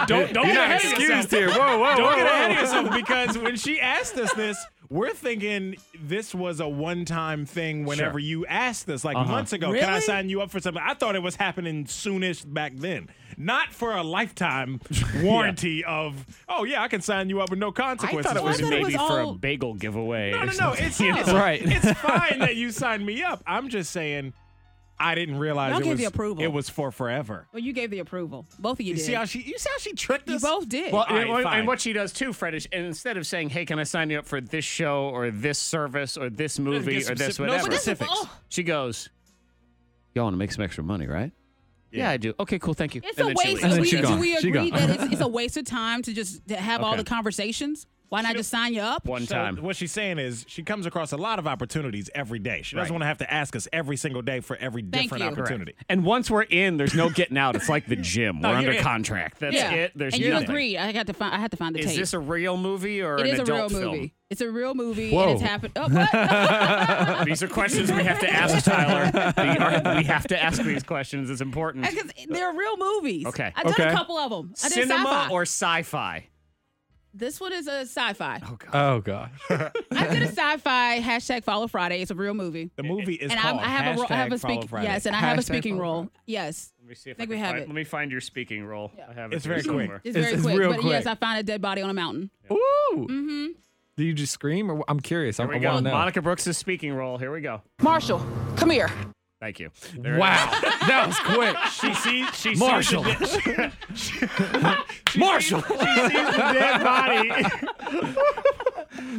don't don't You're get not ahead of yourself. excused here. Whoa, whoa, don't whoa, get ahead of whoa. *laughs* yourself because when she asked us this, we're thinking this was a one-time thing. Whenever Sure. you asked us like Uh-huh. months ago, can I Really? sign you up for something? I thought it was happening soonish back then. Not for a *laughs* lifetime warranty of oh yeah, I can sign you up with no I consequences. thought it was for you. maybe for all- a bagel giveaway. No, or no, no. something. It's, You it's know? right. *laughs* It's fine that you signed me up. I'm just saying, I didn't realize Y'all it gave was the approval. It was for forever. Well, you gave the approval. Both of you, You did. see how she? You see how she tricked You us? both did. Well, All right, and, what- fine. and what she does too, Fred, is and instead of saying, "Hey, can I sign you up for this show or this service or this movie give or this specific- no whatever," specifics. Oh. she goes, "Y'all want to make some extra money, right?" Yeah, I do. Okay, cool. Thank you. It's And a then she waste. leaves. Of, And then we, she do gone. we She agree gone. that *laughs* it's, it's a waste of time to just to have all Okay. the conversations? Why not just sign you up? One So time. what she's saying is she comes across a lot of opportunities every day. She Right. doesn't want to have to ask us every single day for every different you. opportunity. And once we're in, there's no getting out. It's like the *laughs* gym. We're No, you're under in. contract. That's Oh, yeah. it. There's and you nothing. agreed. I got to find. I had to find the Is tape. this a real movie or it an is a real adult film? *laughs* movie. It's a real movie, Whoa. and it's happened. Oh, *laughs* what? *laughs* These are questions we have to ask Tyler. They are- we have to ask these questions. It's important. Because they're real movies. Okay. I've done Okay. a couple of them. I did Cinema sci-fi. or sci-fi? this one is a sci-fi. Oh god. I did a sci-fi hashtag Follow Friday. It's a real movie. The movie is and I'm, called I have a role. I have a Hashtag Follow speaking. Friday. Yes, and I have a Hashtag speaking Follow role. Yes. Let me see if Think I we can have find- it. let me find your speaking role. I have it It's here very quick. somewhere. It's It's- very it's quick. real but yes, quick. I found a dead body on a mountain. Ooh. Mm-hmm. Do you just scream or I'm curious. I, Here we I go. want to know. Monica Brooks' speaking role. Here we go. Marshall, come here. Thank you. There it Wow, *laughs* that was quick. She sees. She Marshall. Sees the, Marshall. is. Dead body.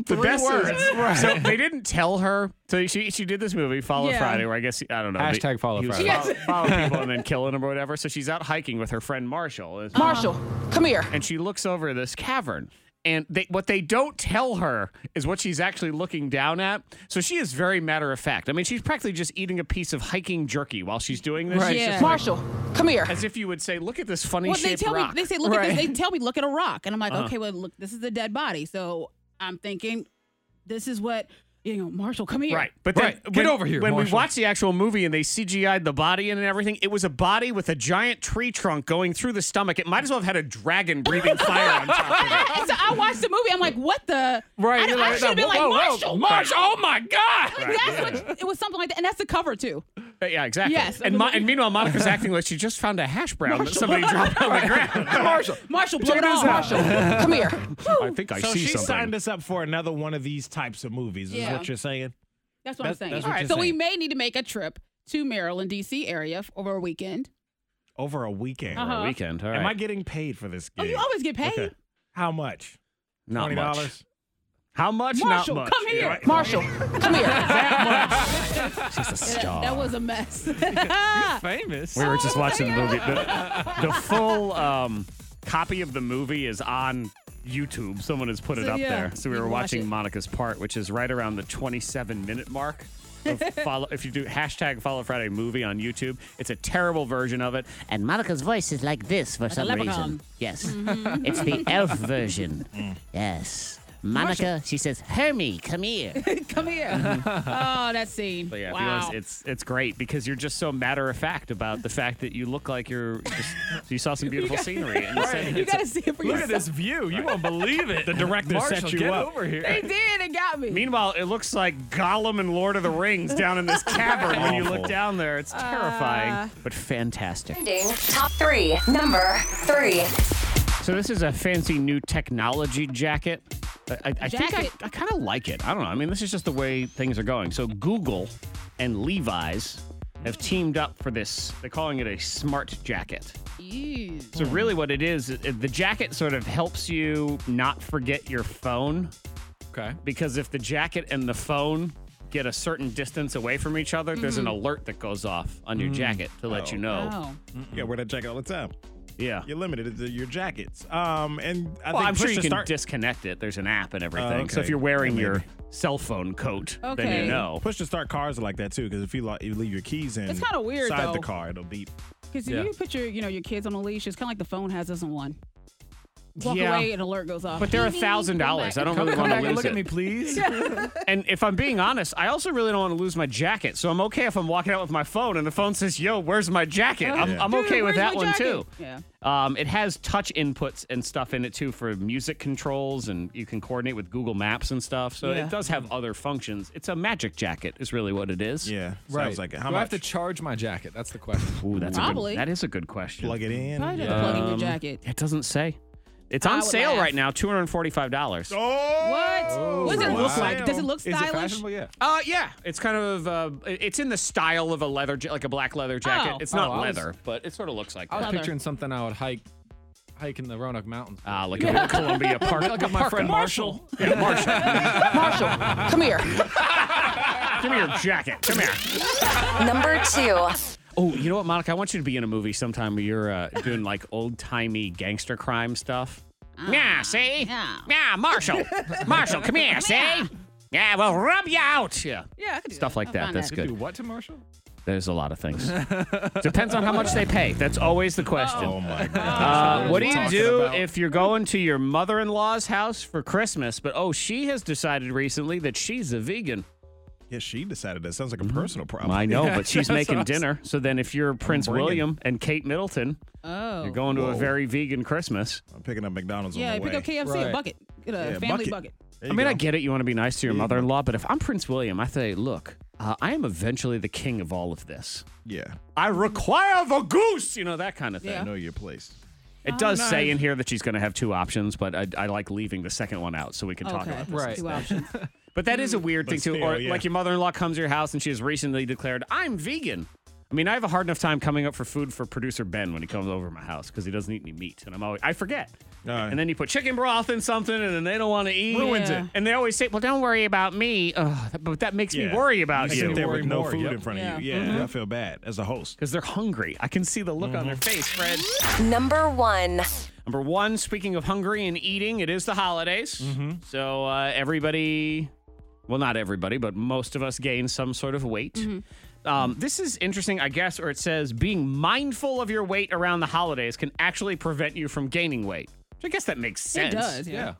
the best words. So *laughs* they didn't tell her. So she she did this movie, Follow Yeah. Friday, where I guess I don't know. they- Hashtag follow he was Friday. *laughs* Follow, follow people and then killing them or whatever. So she's out hiking with her friend Marshall. It's- Marshall, come here. and she looks over this cavern. And they, what they don't tell her is what she's actually looking down at. So she is very matter of fact. I mean, she's practically just eating a piece of hiking jerky while she's doing this. She's Yeah. just like- Marshall, come here. as if you would say, "Look at this funny Well, they shaped tell rock." me they say look at Right. this. They tell me look at a rock, and I'm like, okay, well look, this is a dead body. So I'm thinking, this is what you know. Marshall, come here. Right, but then, Right. Get over here, When we Marshall. watched the actual movie and they CGI'd the body in and everything, it was a body with a giant tree trunk going through the stomach. It might as well have had a *laughs* dragon breathing fire *laughs* on top of it. And so I watched the movie. I'm like, what the? Right, I, you're I like, should have been like, whoa, whoa, Marshall. oh Marshall, oh my god. That's what it was something like that, and that's the cover too. Uh, yeah, exactly. Yes. and, Mo- and meanwhile, *laughs* Monica's acting like she just found a hash brown that somebody dropped on the ground. Marshall, Marshall, blow it off. Marshall, come here. *laughs* I think I so see she something. signed us up for another one of these types of movies. Is Yeah. what you're saying? That's what I'm That's- saying. that's what you're so we saying. may need to make a trip to Maryland, D.C. area f- over a weekend. Over a weekend. Over a Uh-huh. weekend, all Am right. I getting paid for this? Oh, Gig? you always get paid. Okay. How much? Not Twenty much. dollars. How much? Marshall, Not much. come here. Right. Marshall, come here. *laughs* She's a *laughs* That, star. that was a mess. *laughs* famous. we were just watching the movie. The, the full um, copy of the movie is on YouTube. Someone has put it So, up yeah, there. So we you were can watch watching it. Monica's part, which is right around the 27 minute mark. *laughs* of follow if you do hashtag follow Friday movie on YouTube, it's a terrible version of it. And Monica's voice is like this for a some reason. leprechaun. Yes, Mm-hmm. Mhm. It's the elf *laughs* version. Mm. Yes. Monica, she says, Hermie, come here. *laughs* come here. Oh, that scene. Mm-hmm. But yeah, if you wow. notice, it's it's great because you're just so matter of fact about the fact that you look like you're just you saw some *laughs* beautiful gotta- scenery. And said Right. it's You gotta a- see it for Look at yourself. this view. You won't believe it. The director set you get up. over here. they did. It got me. Meanwhile, it looks like Gollum and Lord of the Rings *laughs* down in this cavern. when you look down there, Uh, it's terrifying, but fantastic. Trending top three. Number three. So this is a fancy new technology jacket. I, I, I think I, Jacket? I kind of like it. I don't know. I mean, this is just the way things are going. So Google and Levi's have teamed up for this. They're calling it a smart jacket. Ew. So really, what it is, it- the jacket sort of helps you not forget your phone. Okay. Because if the jacket and the phone get a certain distance away from each other, there's an Mhm. alert that goes off on your Mm. jacket to let Oh. you know. Yeah, wear that jacket all the time. Yeah. You're limited to your jackets. Um, and I well, think I'm sure push you to can start- disconnect it. There's an app and everything. So okay. if you're wearing Yeah, your maybe. cell phone coat, then you know. Push to start cars are like that too, because if you, lo- you leave your keys in, It's kinda weird, Inside though. the car, it'll beep. Because if Yeah. you put your, you know, your kids on a leash, it's kind of like the phone has us on one. Walk Yeah. away, an alert goes off. But they're a Ding, ding, thousand come dollars. back. I don't really want to lose it. *laughs* please. *laughs* and if I'm being honest, I also really don't want to lose my jacket. So I'm okay if I'm walking out with my phone and the phone says, "Yo, where's my jacket?" I'm, Yeah. I'm Dude, okay with where's that my one jacket? too. Yeah. Um, it has touch inputs and stuff in it too for music controls, and you can coordinate with Google Maps and stuff. So Yeah. it does have other functions. It's a magic jacket, is really what it is. Yeah, Right. *laughs* Do I have to charge my jacket? That's the question. Ooh, that's a good- Probably. that is a good question. Plug it in. Probably just plug in your jacket. It doesn't say. It's I on would sale laugh. right now, two hundred forty-five dollars. Oh, What? what does it look like? Does it look stylish? Yeah. Uh, yeah. It's kind of uh, it's in the style of a leather, ja- like a black leather jacket. Oh. It's not Oh, I was- leather, but it sort of looks like. I was that. picturing something I would hike, hike in the Roanoke Mountains. Ah, look at Columbia Park. Look at my friend Marshall. Yeah, Marshall. *laughs* Marshall, come here. Give me your jacket. Come here. Number two. Oh, you know what, Monica? I want you to be in a movie sometime where you're uh, doing like old timey gangster crime stuff. Ah, yeah, see? Yeah. Yeah, Marshall. Marshall, come here, see? Yeah, we'll rub you out. Yeah. Yeah, I could do Stuff that. like I'll that. find That's that. good. Do what to Marshall? There's a lot of things. Depends on how much they pay. That's always the question. Oh my god. Uh, what do you Talking do about- if you're going to your mother in law's house for Christmas, but oh, she has decided recently that she's a vegan? Mm-hmm. Yeah, she decided that sounds like a personal problem. *laughs* I know, but she's That's what making I'm saying. dinner. So then if you're Prince bringing- William and Kate Middleton, Oh. you're going to a Whoa. very vegan Christmas. I'm picking up McDonald's on Yeah, the pick up way. KFC a bucket. Get a Yeah, family bucket. bucket. I mean, I get it. You want to be nice to your mother in law, but if I'm Prince William, I say, look, uh, I am eventually the king of all of this. Yeah. I require the goose, you know, that kind of thing. Know your place. It Oh, does nice. say in here that she's going to have two options, but I, I like leaving the second one out so we can talk Okay. about this. Right. Two options. But that is a weird But thing too. still, Or yeah. like your mother-in-law comes to your house and she has recently declared, "I'm vegan." I mean, I have a hard enough time coming up for food for producer Ben when he comes over to my house because he doesn't eat any meat, and I'm always I forget. And then you put chicken broth in something, and then they don't want to eat. Ruins it. Yeah. And they always say, "Well, don't worry about me," Ugh, but that makes me Yeah. worry about sit you there with no food in front Yeah. of you. Yeah, I feel bad as a host. Mm-hmm. because they're hungry. I can see the look on their face, Fred. Number one. Number one, speaking of hungry and eating, it is the holidays. So uh, everybody, well, not everybody, but most of us gain some sort of weight. Um, this is interesting, I guess, or it says being mindful of your weight around the holidays can actually prevent you from gaining weight. Which I guess that makes sense. does, yeah. Yeah.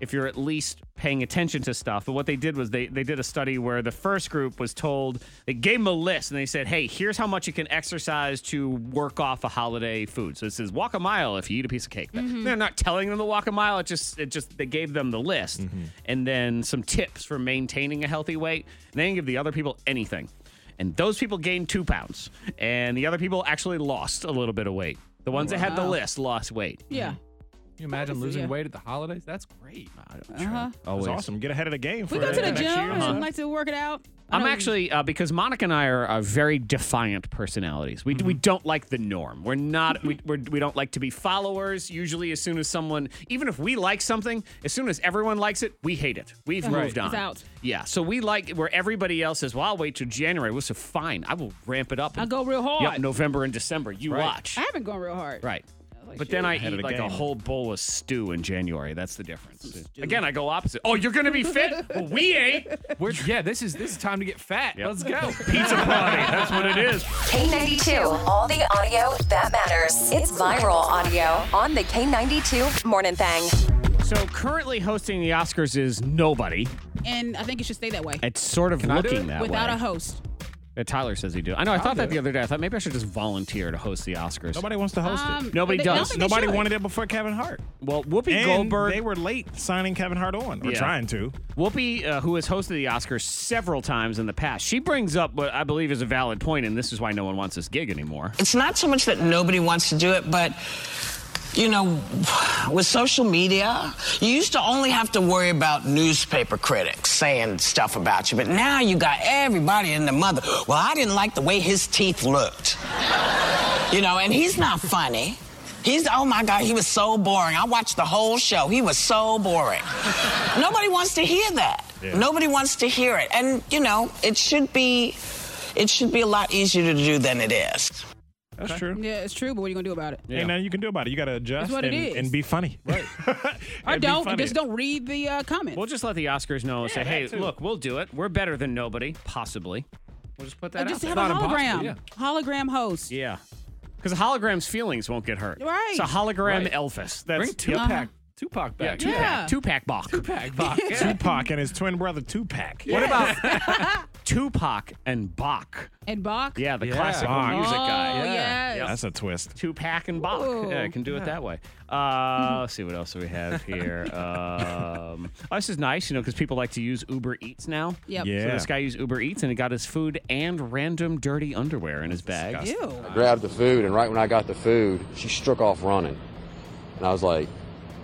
If you're at least paying attention to stuff. But what they did was they, they did a study where the first group was told, they gave them a list and they said, hey, here's how much you can exercise to work off a holiday food. So it says, walk a mile if you eat a piece of cake. But Mm-hmm. They're not telling them to walk a mile. It just, it just, they gave them the list Mm-hmm. and then some tips for maintaining a healthy weight. And they didn't give the other people anything. and those people gained two pounds, and the other people actually lost a little bit of weight. The ones that had the Wow. list lost weight. Yeah. Can you imagine losing yeah. weight at the holidays? That's great. Uh-huh. Always. It's awesome. Get ahead of the game. for We go to the next gym year. and like to work it out. I I'm know- actually uh, because Monica and I are, are very defiant personalities. We Mm-hmm. we don't like the norm. We're not we we're, we don't like to be followers. Usually, as soon as someone, even if we like something, as soon as everyone likes it, we hate it. We've Yeah, moved on. it's out. Yeah, so we like where everybody else says, "Well, I'll wait till January." Well, so fine, I will ramp it up. I go real hard. Yep, November and December. You Right. watch. I haven't gone real hard. Right. But then I Ahead of eat the like a game. whole bowl of stew in January. That's the difference. Again, I go opposite. Oh, you're gonna be fit? well, we ain't. We're, yeah, this is this is time to get fat. Let's go. *laughs* Pizza *laughs* party. That's what it is. K92, all the audio that matters. It's viral audio on the K92 Morning Thing. So currently hosting the Oscars is nobody. And I think it should stay that way. It's sort of looking that Without way. a host. Uh, Tyler says he do. I know. I I'll thought do that the it. other day. I thought maybe I should just volunteer to host the Oscars. Nobody wants to host Um, it. Nobody they- I don't does. think they Nobody should. wanted it before Kevin Hart. Well, Whoopi and Goldberg. They were late signing Kevin Hart on or Yeah. trying to. Whoopi, uh, who has hosted the Oscars several times in the past, she brings up what I believe is a valid point, and this is why no one wants this gig anymore. It's not so much that nobody wants to do it, but you know, with social media, you used to only have to worry about newspaper critics saying stuff about you, but now you got everybody and the mother. Well, I didn't like the way his teeth looked. you know, and he's not funny. He's, oh my God, he was so boring. I watched the whole show. He was so boring. Nobody wants to hear that. Yeah. Nobody wants to hear it. And, you know, it should be, it should be a lot easier to do than it is. That's true. Yeah, it's true, but what are you going to do about it? Ain't nothing you can do about it. You got to adjust That's what and, it is. and be funny. *laughs* Right. Or It'd be don't. funny. Just don't read the uh, comments. We'll just let the Oscars know and say, that "Hey, too. look, we'll do it. We're better than nobody, possibly." We'll just put Or that. just out have there. a hologram. Hologram host. Yeah. Because hologram's feelings won't get hurt. Right. It's a hologram Right. Elvis. That's Bring Tupac- Uh-huh. Tupac back. Yeah, Tupac. Yeah. Tupac Bach. Tupac *laughs* Bach. Tupac and his twin brother Tupac. What about *laughs* Tupac and Bach? And Bach. Yeah, the Yeah. classical Bach. music guy. Oh, yes. Yep. That's a twist. Tupac and Bach. Ooh. Yeah, I can do it Yeah. that way. Uh, let's see what else do we *laughs* have here. Um, oh, this is nice, you know, because people like to use Uber Eats now. Yep. So Yeah. this guy used Uber Eats and he got his food and random dirty underwear in his bag. Ew. I grabbed the food, and right when I got the food, she struck off running. And I was like,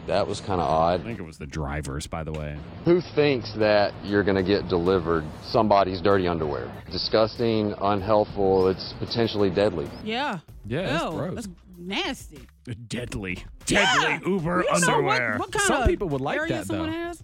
that was kind of odd. I think it was the drivers, by the way. Who thinks that you're going to get delivered somebody's dirty underwear? Disgusting, unhelpful, it's potentially deadly. Yeah. Yeah, that's Ew, gross. That's nasty. Deadly. Yeah. Deadly Uber You know underwear. What, what kind of area someone has?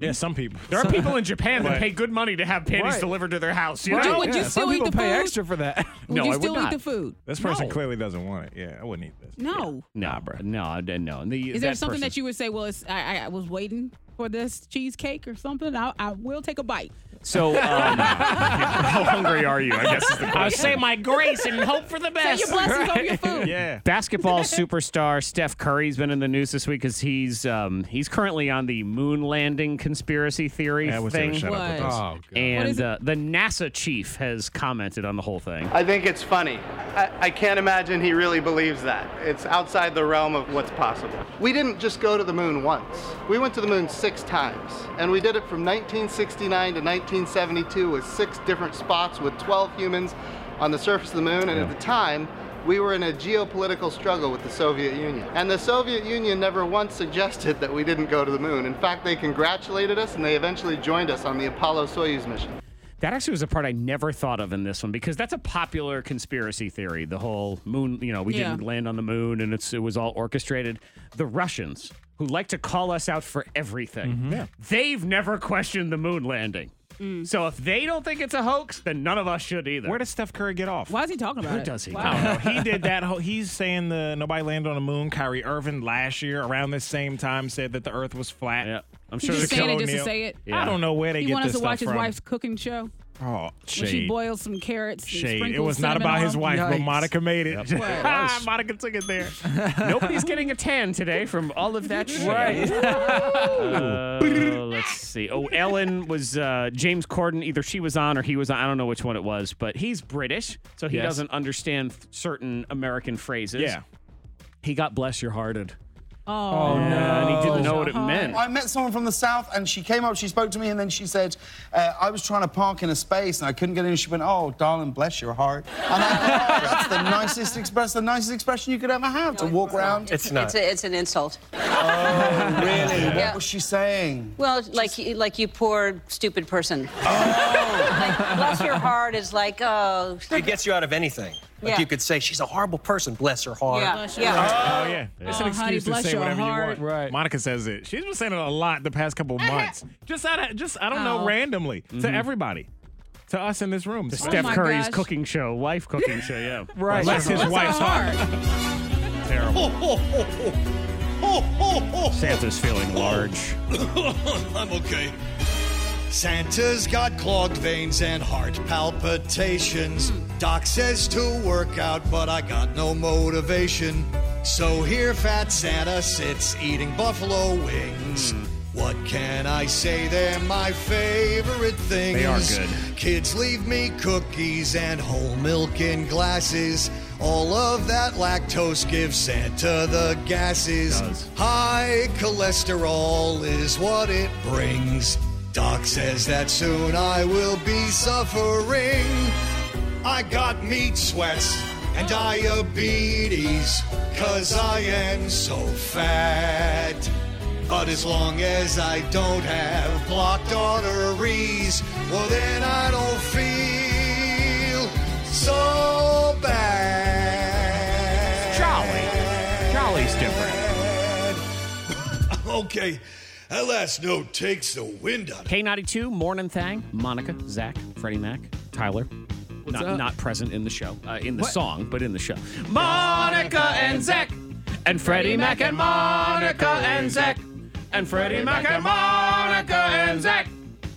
Yeah, some people. There are people in Japan that Right. pay good money to have panties Right. delivered to their house. You Would you- know? would you Yeah, some still eat people the pay food? extra for that. Would no, you I still would eat not. the food? This person No. clearly doesn't want it. Yeah, I wouldn't eat this. No. No, bro. No, I didn't know. And the- Is there that something person- that you would say? Well, it's, I, I was waiting for this cheesecake or something. I, I will take a bite. So, um, how hungry are you? I guess *laughs* is the question. I'll say my grace and hope for the best. *laughs* Say your blessings over your food. Yeah. Basketball superstar Steph Curry's been in the news this week because he's um, he's currently on the moon landing conspiracy theory Yeah, I wish they thing. would shut up with What? this. Oh, God. What is and it? uh, the NASA chief has commented on the whole thing. I think it's funny. I, I can't imagine he really believes that. It's outside the realm of what's possible. We didn't just go to the moon once. We went to the moon six times, and we did it from 1969 to 1972 with six different spots with 12 humans on the surface of the moon. And at the time, we were in a geopolitical struggle with the Soviet Union. And the Soviet Union never once suggested that we didn't go to the moon. In fact, they congratulated us and they eventually joined us on the Apollo Soyuz mission. That actually was a part I never thought of in this one because that's a popular conspiracy theory. The whole moon, you know, we Yeah. didn't land on the moon and it's, it was all orchestrated. The Russians, who like to call us out for everything, they've never questioned the moon landing. So if they don't think it's a hoax, then none of us should either. Where does Steph Curry get off? Why is he talking about Who it? does he? I don't know. He did that. Whole, he's saying the nobody landed on the moon. Kyrie Irving last year around this same time said that the Earth was flat. Yeah, I'm He's sure just saying it just to say it. I don't know where they he get want this us to stuff watch his from. wife's cooking show Oh, when she shade. boils some carrots. and Shade. It sprinkles was not cinnamon about on his them. wife, but Monica made it. *laughs* Yep. It Ah, was. Monica took it there. *laughs* Nobody's getting a tan today from all of that shit. Right. *laughs* Uh, let's see. Oh, Ellen was uh, James Corden. Either she was on or he was on. I don't know which one it was, but he's British, so he Yes. doesn't understand certain American phrases. Yeah. He got bless your hearted. Oh, no. And he didn't know what it meant. I met someone from the south, and she came up, she spoke to me, and then she said, uh, I was trying to park in a space, and I couldn't get in. She went, Oh, darling, bless your heart. And I thought, "Oh, that's the nicest express, the nicest expression you could ever have to walk around. It's, a, it's an insult. Oh, *laughs* really? Yeah. What was she saying? Well, like you- like you poor stupid person. Oh. like, *laughs* bless your heart is like oh. It gets you out of anything. Like Yeah. you could say, she's a horrible person, bless her heart. Yeah, Bless her yeah. heart. Oh, yeah. It's Oh, an excuse honey, to bless say your whatever heart. you want. Right. Monica says it. She's been saying it a lot the past couple months. Just out of, just I don't know, Oh. randomly to Mhm. everybody, to us in this room. To It's Steph like- Curry's Oh cooking show, life cooking show, yeah. Oh Right. Bless his wife's heart. *laughs* Terrible. Santa's feeling large. *coughs* I'm okay. Santa's got clogged veins and heart palpitations. Doc says to work out, but I got no motivation. So here, Fat Santa sits eating buffalo wings. Hmm. What can I say? They're my favorite things. They are good. Kids leave me cookies and whole milk in glasses. All of that lactose gives Santa the gases. High cholesterol is what it brings. Doc says that soon I will be suffering. I got meat sweats and diabetes, cause I am so fat. But as long as I don't have blocked arteries, well, then I don't feel so bad. Jolly. Jolly's different. *laughs* Okay, that last note takes the wind out. K92, Morning Thang, Monica, Zach, Freddie Mac, Tyler. What's not, up? not present in the show, uh, in the What? song, but in the show. Monica and Zach. And Freddie Mac and Monica and Zach. And Freddie Mac and Monica and Zach.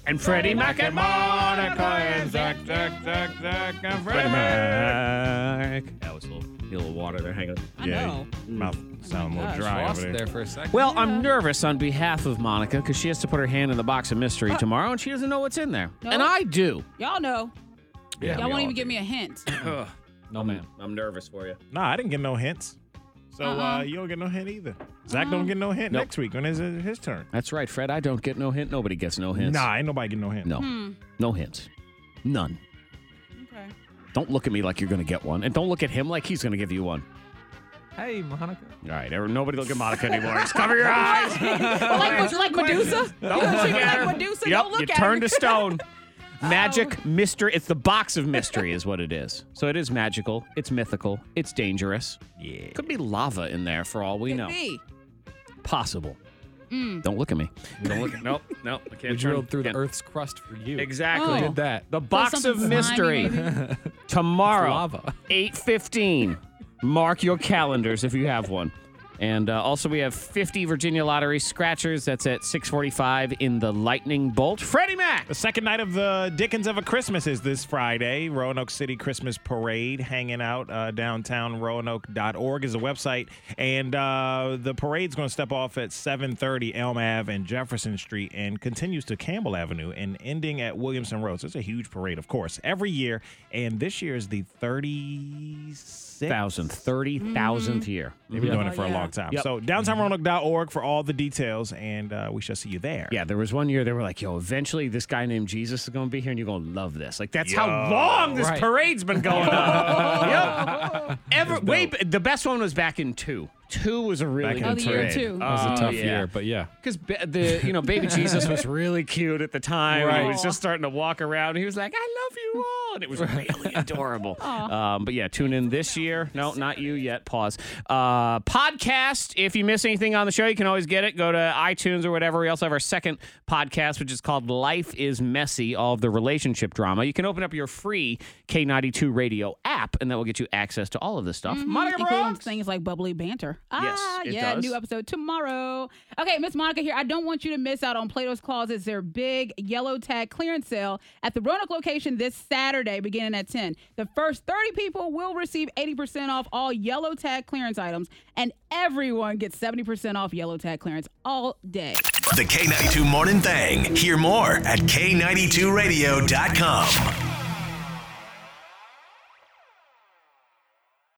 And Freddie Mac and Monica and Zach. Zach, Zach, Zach, and Freddie Mac. That was a little, a little water there. Hang on. I Yeah, know. your mouth sound a little dry over there. for a second. Well, I'm nervous on behalf of Monica because she has to put her hand in the box of mystery tomorrow and she doesn't know what's in there. No. And I do. Y'all know. Yeah, Y'all we won't all even give me a hint. *coughs* no, ma'am. I'm nervous for you. Nah, I didn't get no hints. So uh Uh-uh. you don't get no hint either. Zach don't get no hint Nope. next week when is it his turn? That's right, Fred. I don't get no hint. Nobody gets no hints. Nah, ain't nobody get no hint. No. Hmm. No hints. None. Okay. Don't look at me like you're going to get one. And don't look at him like he's going to give you one. Hey, Monica. All right. everyone- Nobody look at Monica anymore. Just cover *laughs* *laughs* your eyes. *laughs* like, like Medusa? Don't You know, look she was at her. like Medusa, Yep, don't look you at turn her. Oh. to *laughs* stone. Magic, mystery. It's the box of mystery, is what it is. So it is magical. It's mythical. It's dangerous. Yeah. Could be lava in there for all we know. B. Possible. Mm. Don't look at me. Don't look. nope. Nope. I can't. We drilled through the Earth's crust for you. Exactly. Oh. Did that. The box of mystery *laughs* tomorrow, *laughs* eight fifteen. Mark your calendars if you have one. And uh, also, we have fifty Virginia Lottery scratchers. That's at six forty-five in the lightning bolt. Freddie Mac. The second night of the Dickens of a Christmas is this Friday. Roanoke City Christmas Parade hanging out uh, downtown. Roanoke.org is the website, and uh, the parade's going to step off at 7:30 Elm Ave and Jefferson Street, and continues to Campbell Avenue and ending at Williamson Road. So it's a huge parade, of course, every year, and this year is the 36th thousandth, thirty Mm-hmm. thousandth year. They've been doing Oh, it for Oh, a long time. Yep. So downtownroanoke.org for all the details, and uh, we shall see you there. Yeah, there was one year they were like, yo, eventually this guy named Jesus is going to be here and you're going to love this. Like, that's Yo. how long this Right. parade's been going on. yep. Ever, way, b- the best one was back in two. Two was a really Back in good Oh, two. parade. That was a tough year, but yeah. Because the you know *laughs* baby Jesus was really cute at the time. and He was Right. just starting to walk around. He was like, "I love you all," and *laughs* it was really adorable. Um, but yeah, tune in this year. No, not you yet. Pause. Uh, podcast. If you miss anything on the show, you can always get it. Go to iTunes or whatever. We also have our second podcast, which is called "Life Is Messy," all of the relationship drama. You can open up your free K ninety two radio app, and that will get you access to all of this stuff. Mm-hmm. Monica Including Brooks. things like bubbly banter. Yes, Ah, it yeah, does. new episode tomorrow. Okay, Miss Monica here. I don't want you to miss out on Plato's Closets, their big yellow tag clearance sale at the Roanoke location this Saturday, beginning at 10. The first 30 people will receive 80% off all yellow tag clearance items, and everyone gets 70% off yellow tag clearance all day. The K92 Morning Thang. Hear more at K92Radio.com.